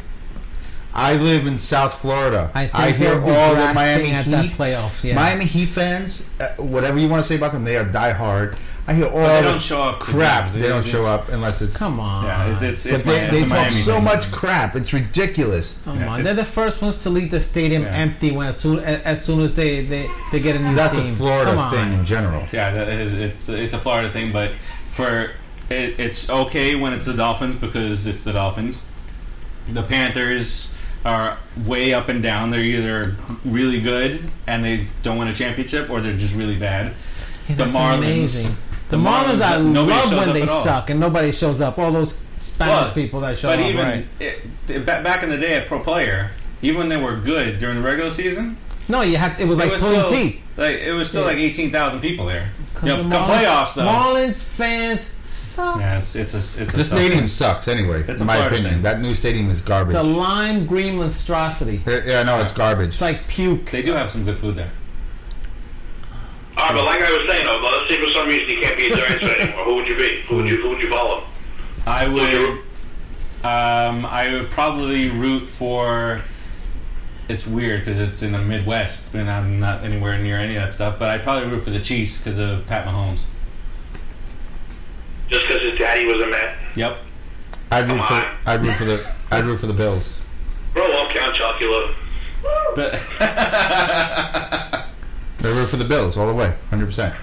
S1: I live in South Florida.
S3: I, think
S1: hear
S3: they'll be
S1: all the
S3: grasping
S1: Miami
S3: at
S1: Heat.
S3: that playoff. Yeah.
S1: Miami Heat fans, uh, whatever you want to say about them, they are diehard. I hear all
S2: But they
S1: the
S2: don't show up. to
S1: crap.
S2: games.
S1: They don't show
S2: it's-
S1: up unless it's
S3: Come on.
S2: Yeah, it's it's,
S1: But
S2: it's,
S1: they,
S2: Mi-
S1: they
S2: it's
S1: talk
S2: a Miami.
S1: so
S2: thing.
S1: much crap. It's ridiculous.
S3: Come
S2: Yeah,
S3: on, they're the first ones to leave the stadium
S2: Yeah.
S3: empty when as soon as, as soon as they, they, they get a new
S1: That's
S3: team.
S1: a Florida
S3: Come on.
S1: thing in general.
S2: Yeah, that is, it's it's a Florida thing, but for it, it's okay when it's the Dolphins because it's the Dolphins. The Panthers are way up and down. They're either really good and they don't win a championship, or they're just really bad.
S3: Yeah,
S2: The
S3: that's
S2: Marlins.
S3: amazing. The
S2: The
S3: Marlins,
S2: Marlins,
S3: I
S2: nobody
S3: love
S2: shows
S3: when
S2: up
S3: they
S2: at all.
S3: suck and nobody shows up. All those Spanish
S2: But-
S3: people that show
S2: But
S3: up.
S2: even
S3: right.
S2: it, it, ba- back in the day, at pro player, even when they were good during the regular season,
S3: No, you had it was
S2: it
S3: like
S2: was
S3: pulling
S2: still
S3: teeth.
S2: like it was still
S3: Yeah.
S2: like eighteen thousand people there. You know,
S3: The
S2: come
S3: Marlins-
S2: playoffs though.
S3: Marlins fans suck.
S2: Yeah, it's it's a it's a
S1: The
S2: tough
S1: stadium sucks anyway,
S2: It's a
S1: in my
S2: Florida
S1: opinion.
S2: thing.
S1: That new stadium is garbage.
S3: It's a lime green monstrosity.
S1: Yeah, yeah, no, it's garbage.
S3: It's like puke.
S2: They do have some good food there.
S4: All right, but like I was saying, though, let's say for some reason he can't be a Giants fan anymore. Who would you be? Who would you who would you follow?
S2: I
S4: Who would you root
S2: would um, I would probably root for. It's weird because it's in the Midwest, and I'm not anywhere near any of that stuff. But I'd probably root for the Chiefs because of Pat Mahomes.
S4: just because his daddy was a Met.
S2: Yep.
S1: I'd root
S4: Come
S1: for
S4: on.
S1: I'd root for the I'd root for the Bills.
S4: Grow up, Count Chocula.
S2: But
S1: I root for the Bills all the way, hundred percent.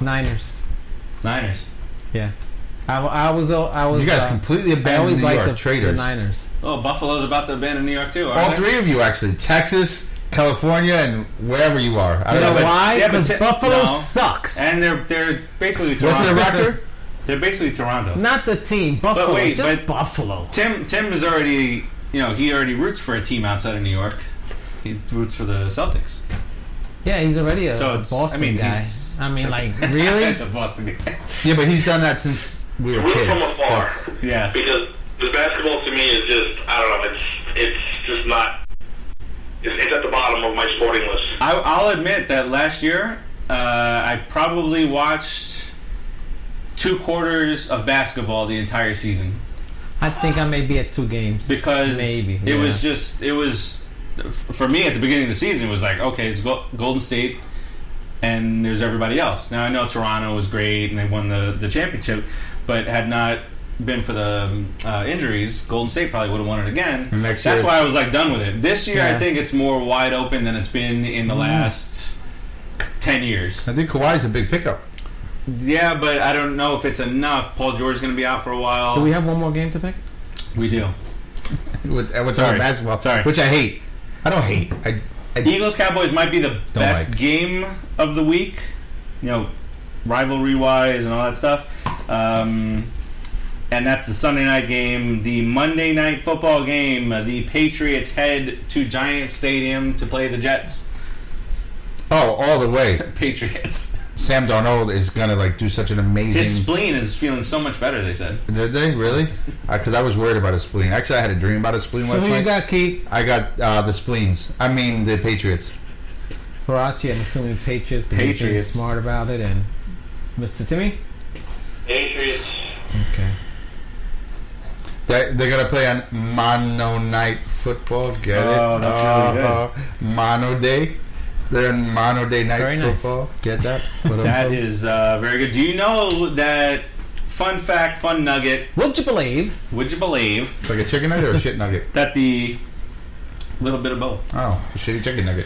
S3: Niners.
S2: Niners.
S3: Yeah. I, wa- I was uh, I was
S1: You guys
S3: uh,
S1: completely
S3: I
S1: abandoned
S3: always
S1: New
S3: liked
S1: York
S3: the, the
S1: traitors.
S3: Niners.
S2: Oh, Buffalo's about to abandon New York too. aren't
S1: all
S2: they?
S1: three of you actually, Texas, California, and wherever you are. I don't
S3: You know
S1: know what-
S3: why?
S2: yeah, but
S3: Because
S2: t-
S3: Buffalo
S2: no.
S3: sucks.
S2: And they're they're basically
S1: What's
S2: Toronto.
S1: the record?
S2: They're basically Toronto.
S3: Not the team. Buffalo.
S2: wait,
S3: just
S2: but-
S3: Buffalo.
S2: Tim Tim is already you know he already roots for a team outside of New York. He roots for the Celtics.
S3: Yeah, he's already a
S2: So it's-
S3: Boston
S2: I mean,
S3: guy.
S2: he's-
S3: I mean, like
S2: it's
S3: really?
S2: a Boston. guy.
S1: Yeah, but he's done that since we were
S4: Root
S1: kids.
S4: from afar.
S1: That's-
S2: yes.
S4: Because the basketball to me is just, I don't know, it's it's just not, it's, it's at the bottom of my sporting list.
S2: I, I'll admit that last year uh, I probably watched two quarters of basketball the entire season
S3: I think I may be at two games.
S2: because
S3: Maybe,
S2: it
S3: yeah.
S2: was just it was f- for me at the beginning of the season it was like okay it's Go- Golden State and there's everybody else now I know Toronto was great and they won the the championship but had not been for the um, uh, injuries Golden State probably would have won it again
S1: And next
S2: that's
S1: year-
S2: why I was like done with it this year
S3: Yeah. Mm.
S2: I think it's more wide open than it's been in the last 10 years
S1: I think Kawhi's a big pickup.
S2: Yeah, but I don't know if it's enough. Paul George is going to be out for a while.
S3: Do we have one more game to pick?
S2: We do.
S1: with, uh, with
S2: Sorry.
S1: our basketball.
S2: Sorry.
S1: Which I hate. I don't hate. I, I
S2: Eagles Cowboys might be the best
S1: like.
S2: game of the week. You know, rivalry wise and all that stuff. Um, and that's the Sunday night game. The Monday night football game. uh, The Patriots head to Giant Stadium to play the Jets.
S1: Oh, all the way.
S2: Patriots.
S1: Sam Darnold is gonna like do such an amazing.
S2: His spleen is feeling so much better. They said.
S1: Did they really? Because I was worried about his spleen. Actually, I had a dream about his spleen
S3: So
S1: last
S3: who
S1: night.
S3: you got, Keith?
S1: I got uh, the spleens. I mean the Patriots.
S3: Farachi, I'm assuming Patriots. 'cause he's been
S2: Patriots.
S3: Smart about it. And Mr. Timmy?
S4: Patriots.
S3: Okay.
S1: They, they're gonna play on Mono Night Football. Get
S2: Oh,
S1: it?
S2: that's really good.
S1: good. Mono Day. They're in Mono Day Night
S3: Very nice.
S1: Football. Get that?
S2: That is uh, very good. Do you know that? Fun fact, fun nugget.
S3: Would you believe?
S2: Would you believe
S1: like a chicken nugget or a shit nugget?
S2: that the little bit of both?
S1: Oh, a shitty chicken nugget.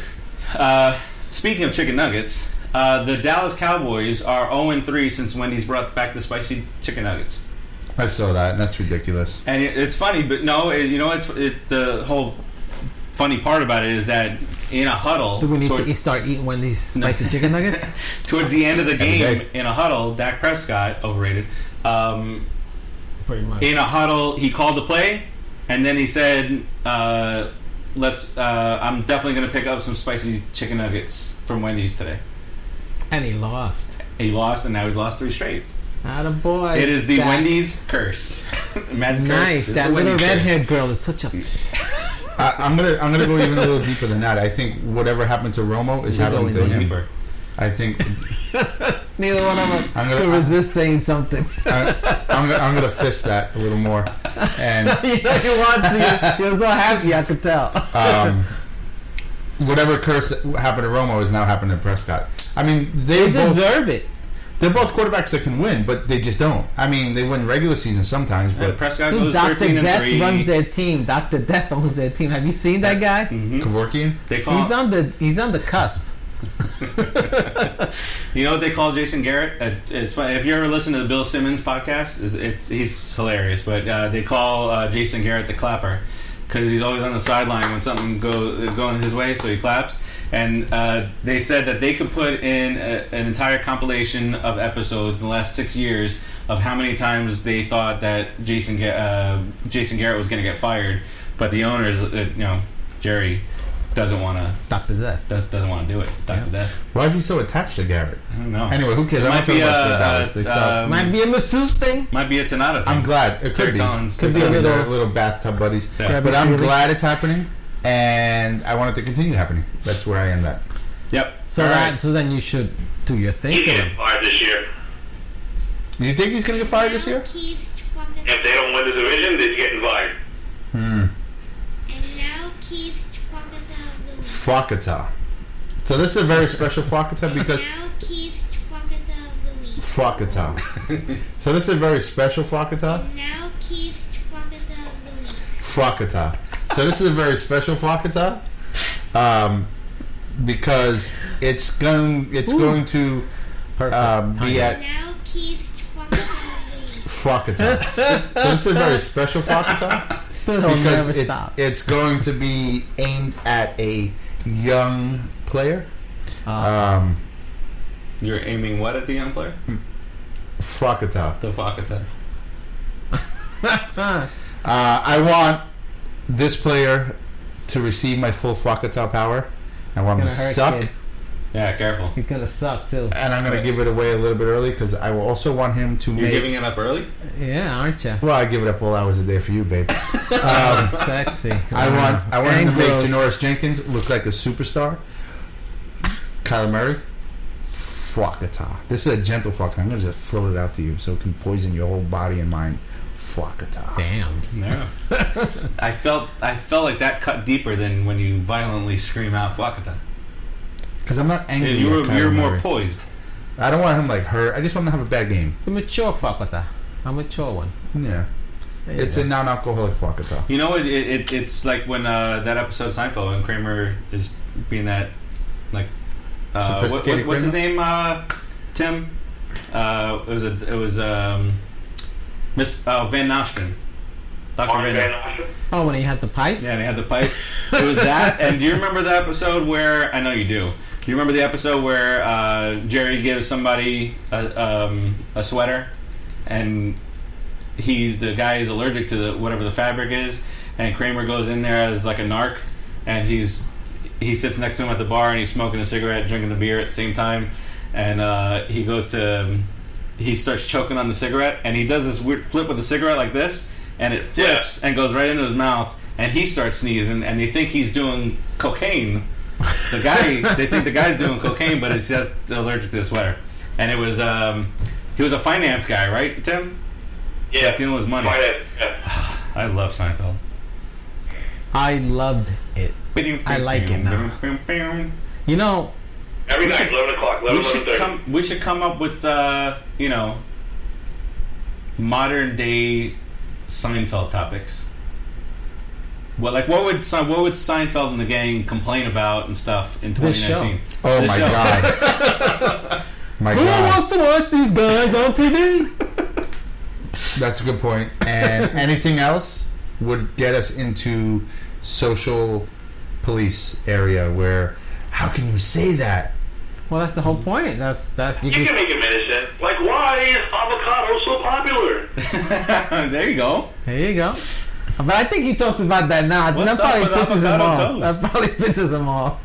S2: Uh, speaking of chicken nuggets, uh, the Dallas Cowboys are 0 3 since Wendy's brought back the spicy chicken nuggets.
S1: I saw that, and that's ridiculous.
S2: And it, it's funny, but no, it, you know, it's it, the whole funny part about it is that in a huddle,
S3: Do we need
S2: toward-
S3: to eat, start eating one of these spicy chicken nuggets?
S2: towards the end of the game,
S1: day.
S2: in a huddle, Dak Prescott, overrated, um,
S3: Pretty much.
S2: in a huddle, he called the play, and then he said, uh, "Let's." Uh, I'm definitely going to pick up some spicy chicken nuggets from Wendy's today.
S3: And he lost.
S2: He lost, and now he's lost three straight.
S3: Not a boy.
S2: It is the
S3: That-
S2: Wendy's curse. Mad
S3: Nice.
S2: curse is
S3: That
S2: the
S3: little
S2: Wendy's curse.
S3: redhead girl is such a.
S1: I, I'm gonna I'm gonna go even a little deeper than that. I think whatever happened to Romo is
S3: You're
S1: happening
S3: going
S1: to him.
S2: Deeper.
S1: I think
S3: Neither one of us
S1: I'm
S3: could
S1: gonna I'm,
S3: resist saying something.
S1: I, I'm, gonna- I'm gonna fist that a little more, and
S3: you know you want to. You're so happy, I could tell.
S1: um, whatever curse that happened to Romo is now happening to Prescott. I mean, they,
S3: They
S1: both,
S3: deserve it.
S1: they're both quarterbacks that can win, but they just don't. I mean, they win regular season sometimes,
S2: Yeah,
S1: but
S2: Prescott
S3: Dude,
S2: goes
S3: Dr.
S2: 13 and
S3: Death
S2: 3.
S3: runs their team. Dr. Death owns their team. Have you seen that guy?
S2: Mhm.
S1: Kevorkian.
S2: They call
S3: He's on the he's on the cusp.
S2: you know what they call Jason Garrett? Uh, It's funny. If you ever listen to the Bill Simmons podcast, it's, it's, he's hilarious. But uh, they call uh, Jason Garrett the clapper because he's always on the sideline when something go is going his way, so he claps. And uh, they said that they could put in a, an entire compilation of episodes in the last six years of how many times they thought that Jason Ga- uh, Jason Garrett was going to get fired, but the owners, uh, you know, Jerry doesn't want to
S3: Dr. Death.
S2: does, doesn't want to do it. Dr. Death,
S1: Why is he so attached to Garrett?
S2: I don't know.
S1: Anyway, who cares?
S2: It
S1: I'm
S2: might
S1: not
S2: be
S1: talking
S2: a,
S1: about the Dallas. They
S2: uh,
S1: suck.
S2: um,
S3: Might be a masseuse thing.
S2: might be a Tanada.
S1: I'm glad it
S2: Terry
S1: could be.
S2: Collins.
S1: Could be
S3: Terry
S1: a
S3: Collins.
S1: little, little bathtub buddies.
S2: Yeah.
S3: Grab
S1: But
S3: a
S1: I'm
S3: feeling.
S1: glad it's happening, and I want it to continue happening. That's where I end at.
S2: Yep.
S3: So
S1: All right.
S3: that, so then you should do your
S4: He's
S3: thing. to
S4: getting
S3: him.
S4: fired this year.
S1: You think he's going to get fired this year?
S6: Keith from the,
S4: If they don't win the division, they're getting fired.
S1: Hmm.
S6: and now Keith from the Loon.
S1: Fwakata. So this is a very special Fwakata because
S6: Now Keith from the Louis.
S1: Fwakata. so this is a very special Fwakata.
S6: Now Keith from the Louis.
S1: Fwakata. So this is a very special Fwakata. Um, because it's going it's going to
S3: Perfect.
S1: um, be at
S6: Now Keith from the
S1: Fwakata. so this is a very special Fwakata
S3: Dude, he'll
S1: because
S3: never
S1: it's
S3: stop.
S1: it's going to be aimed at a young player.
S3: Uh, Uh-huh.
S1: Um,
S2: You're aiming what at the young player?
S1: Fwakata.
S2: The Fakata.
S1: Uh, I want this player to receive my full Fwakata power. I want him to
S3: It's gonna
S1: suck,
S3: hurt, kid.
S2: Yeah, careful.
S3: He's gonna suck too.
S1: and I'm going to give it away a little bit early because I will also want him to
S2: You're
S1: make.
S2: giving it up early?
S3: Yeah, aren't you?
S1: well, I give it up all hours a day for you, babe. Um,
S3: Oh, sexy.
S1: I want I want him to
S3: And
S1: make
S3: gross.
S1: Janoris Jenkins look like a superstar. Kyler Murray, Fwakata. This is a gentle Fwakata. I'm going to just float it out to you so it can poison your whole body and mind. Fwakata.
S3: Damn.
S2: No. I felt I felt like that cut deeper than when you violently scream out Fakata.
S1: Because I'm not angry.
S2: you
S1: at
S2: were
S1: Kyler
S2: you're more
S1: Murray.
S2: poised.
S1: I don't want him like hurt. I just want him to have a bad game.
S3: It's a mature fakata. A mature one.
S1: Yeah.
S3: There you
S1: It's
S3: go.
S1: a non-alcoholic Fwakata.
S2: You know, it, it, it it's like when uh, that episode of Seinfeld when Kramer is being that like uh, what, what,
S1: Sophisticated
S2: what's his name? Uh, Tim. Uh, it was a it was um, Miss uh, Van Nostrand. Dr.
S4: Mark
S2: Van
S4: Van Nostrand.
S3: Oh, when he had the pipe?
S2: Yeah, and they had the pipe. It was that. And do you remember the episode where? I know you do. Do you remember the episode where uh, Jerry gives somebody a, um, a sweater, and he's the guy is allergic to the, whatever the fabric is, and Kramer goes in there as like a narc, and he's he sits next to him at the bar and he's smoking a cigarette, drinking the beer at the same time, and uh, he goes to he starts choking on the cigarette and he does this weird flip with the cigarette like this and it flips and goes right into his mouth and he starts sneezing and they think he's doing cocaine. The guy they think the guy's doing cocaine, but it's just allergic to the sweater. And it was um, he was a finance guy, right, Tim?
S4: Yeah.
S2: Dealing with money.
S4: Quite a- yeah.
S2: I love Seinfeld.
S3: I loved it. I like it now. You know,
S4: Every
S2: We
S4: night,
S2: should-
S4: 11 o'clock, 11,
S2: We should
S4: 11:30.
S2: come. We should come up with uh, you know modern day Seinfeld topics. Well, like what would Se- what would Seinfeld and the gang complain about and stuff in
S3: This
S2: 2019?
S1: Oh
S2: This
S1: my
S2: show.
S1: god. My
S3: who
S1: god.
S3: wants to watch these guys on TV?
S1: That's a good point. And anything else would get us into social police area where how can you say that?
S3: Well, that's the whole point. That's that's you
S4: You can
S3: could,
S4: make him innocent. Like, why is avocado so popular?
S2: there you go.
S3: there you go. But I think he talks about that now. I think
S2: What's
S3: that
S2: up
S3: probably
S2: with
S3: pisses him
S2: avocado
S3: off. That
S2: toast?
S3: probably pisses him off.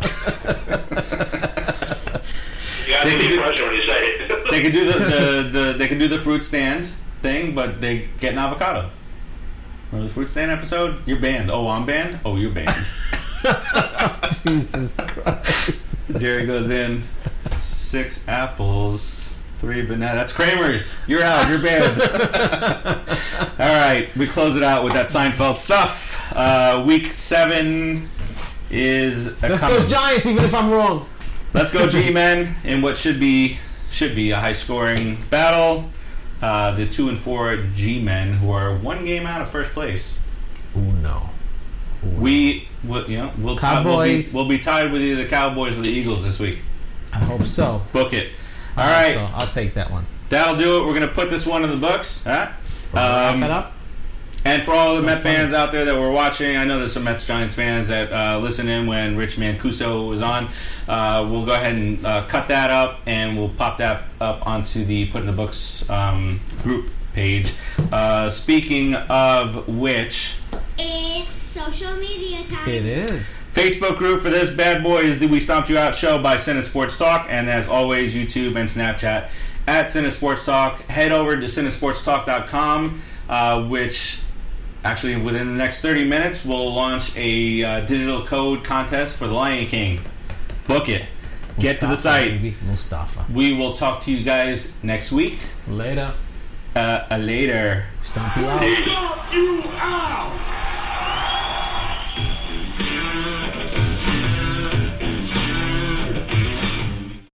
S4: You got to
S2: They
S4: be
S2: can do-
S4: impression when you say it.
S2: They could do the, the, the they could do the fruit stand thing, but they get an avocado. Remember the fruit stand episode? You're banned. Oh, I'm banned. Oh, you're banned.
S3: Jesus Christ.
S2: Jerry goes in. Six apples, three bananas. That's Kramer's. You're out. You're banned. All right, we close it out with that Seinfeld stuff. Uh, week seven is a
S3: Let's
S2: coming.
S3: go Giants, even if I'm wrong.
S2: Let's go, G-men, in what should be should be a high-scoring battle. Uh, the two and four G-men, who are one game out of first place.
S3: Oh no.
S2: We, will you know, we'll, ti- we'll be-
S3: Cowboys.
S2: we'll be tied with either the Cowboys or the Eagles this week.
S3: I hope so.
S2: Book it. All
S3: I hope
S2: right.
S3: so. I'll take that one.
S2: That'll do it. We're going to put this one in the books. Huh?
S3: Wrap
S2: Um,
S3: it up.
S2: and for all the Met fans out there that were watching, I know there's some Mets Giants fans that uh, listen in when Rich Mancuso was on. Uh, we'll go ahead and uh, cut that up, and we'll pop that up onto the Put in the Books um, group page. Uh, speaking of which,
S6: It's social media time.
S3: It is.
S2: Facebook group for this bad boy is the We Stomped You Out show by Cine Sports Talk, and as always, YouTube and Snapchat at Cine Sports Talk. Head over to cinesportstalk.com, uh, which actually within the next 30 minutes we'll launch a uh, digital code contest for The Lion King. Book it. Get to the
S3: Mustafa,
S2: site.
S3: Ah, baby. Mustafa.
S2: We will talk to you guys next week.
S3: Later.
S2: Uh, uh, later.
S3: Stomp you out.
S6: Stomp you out.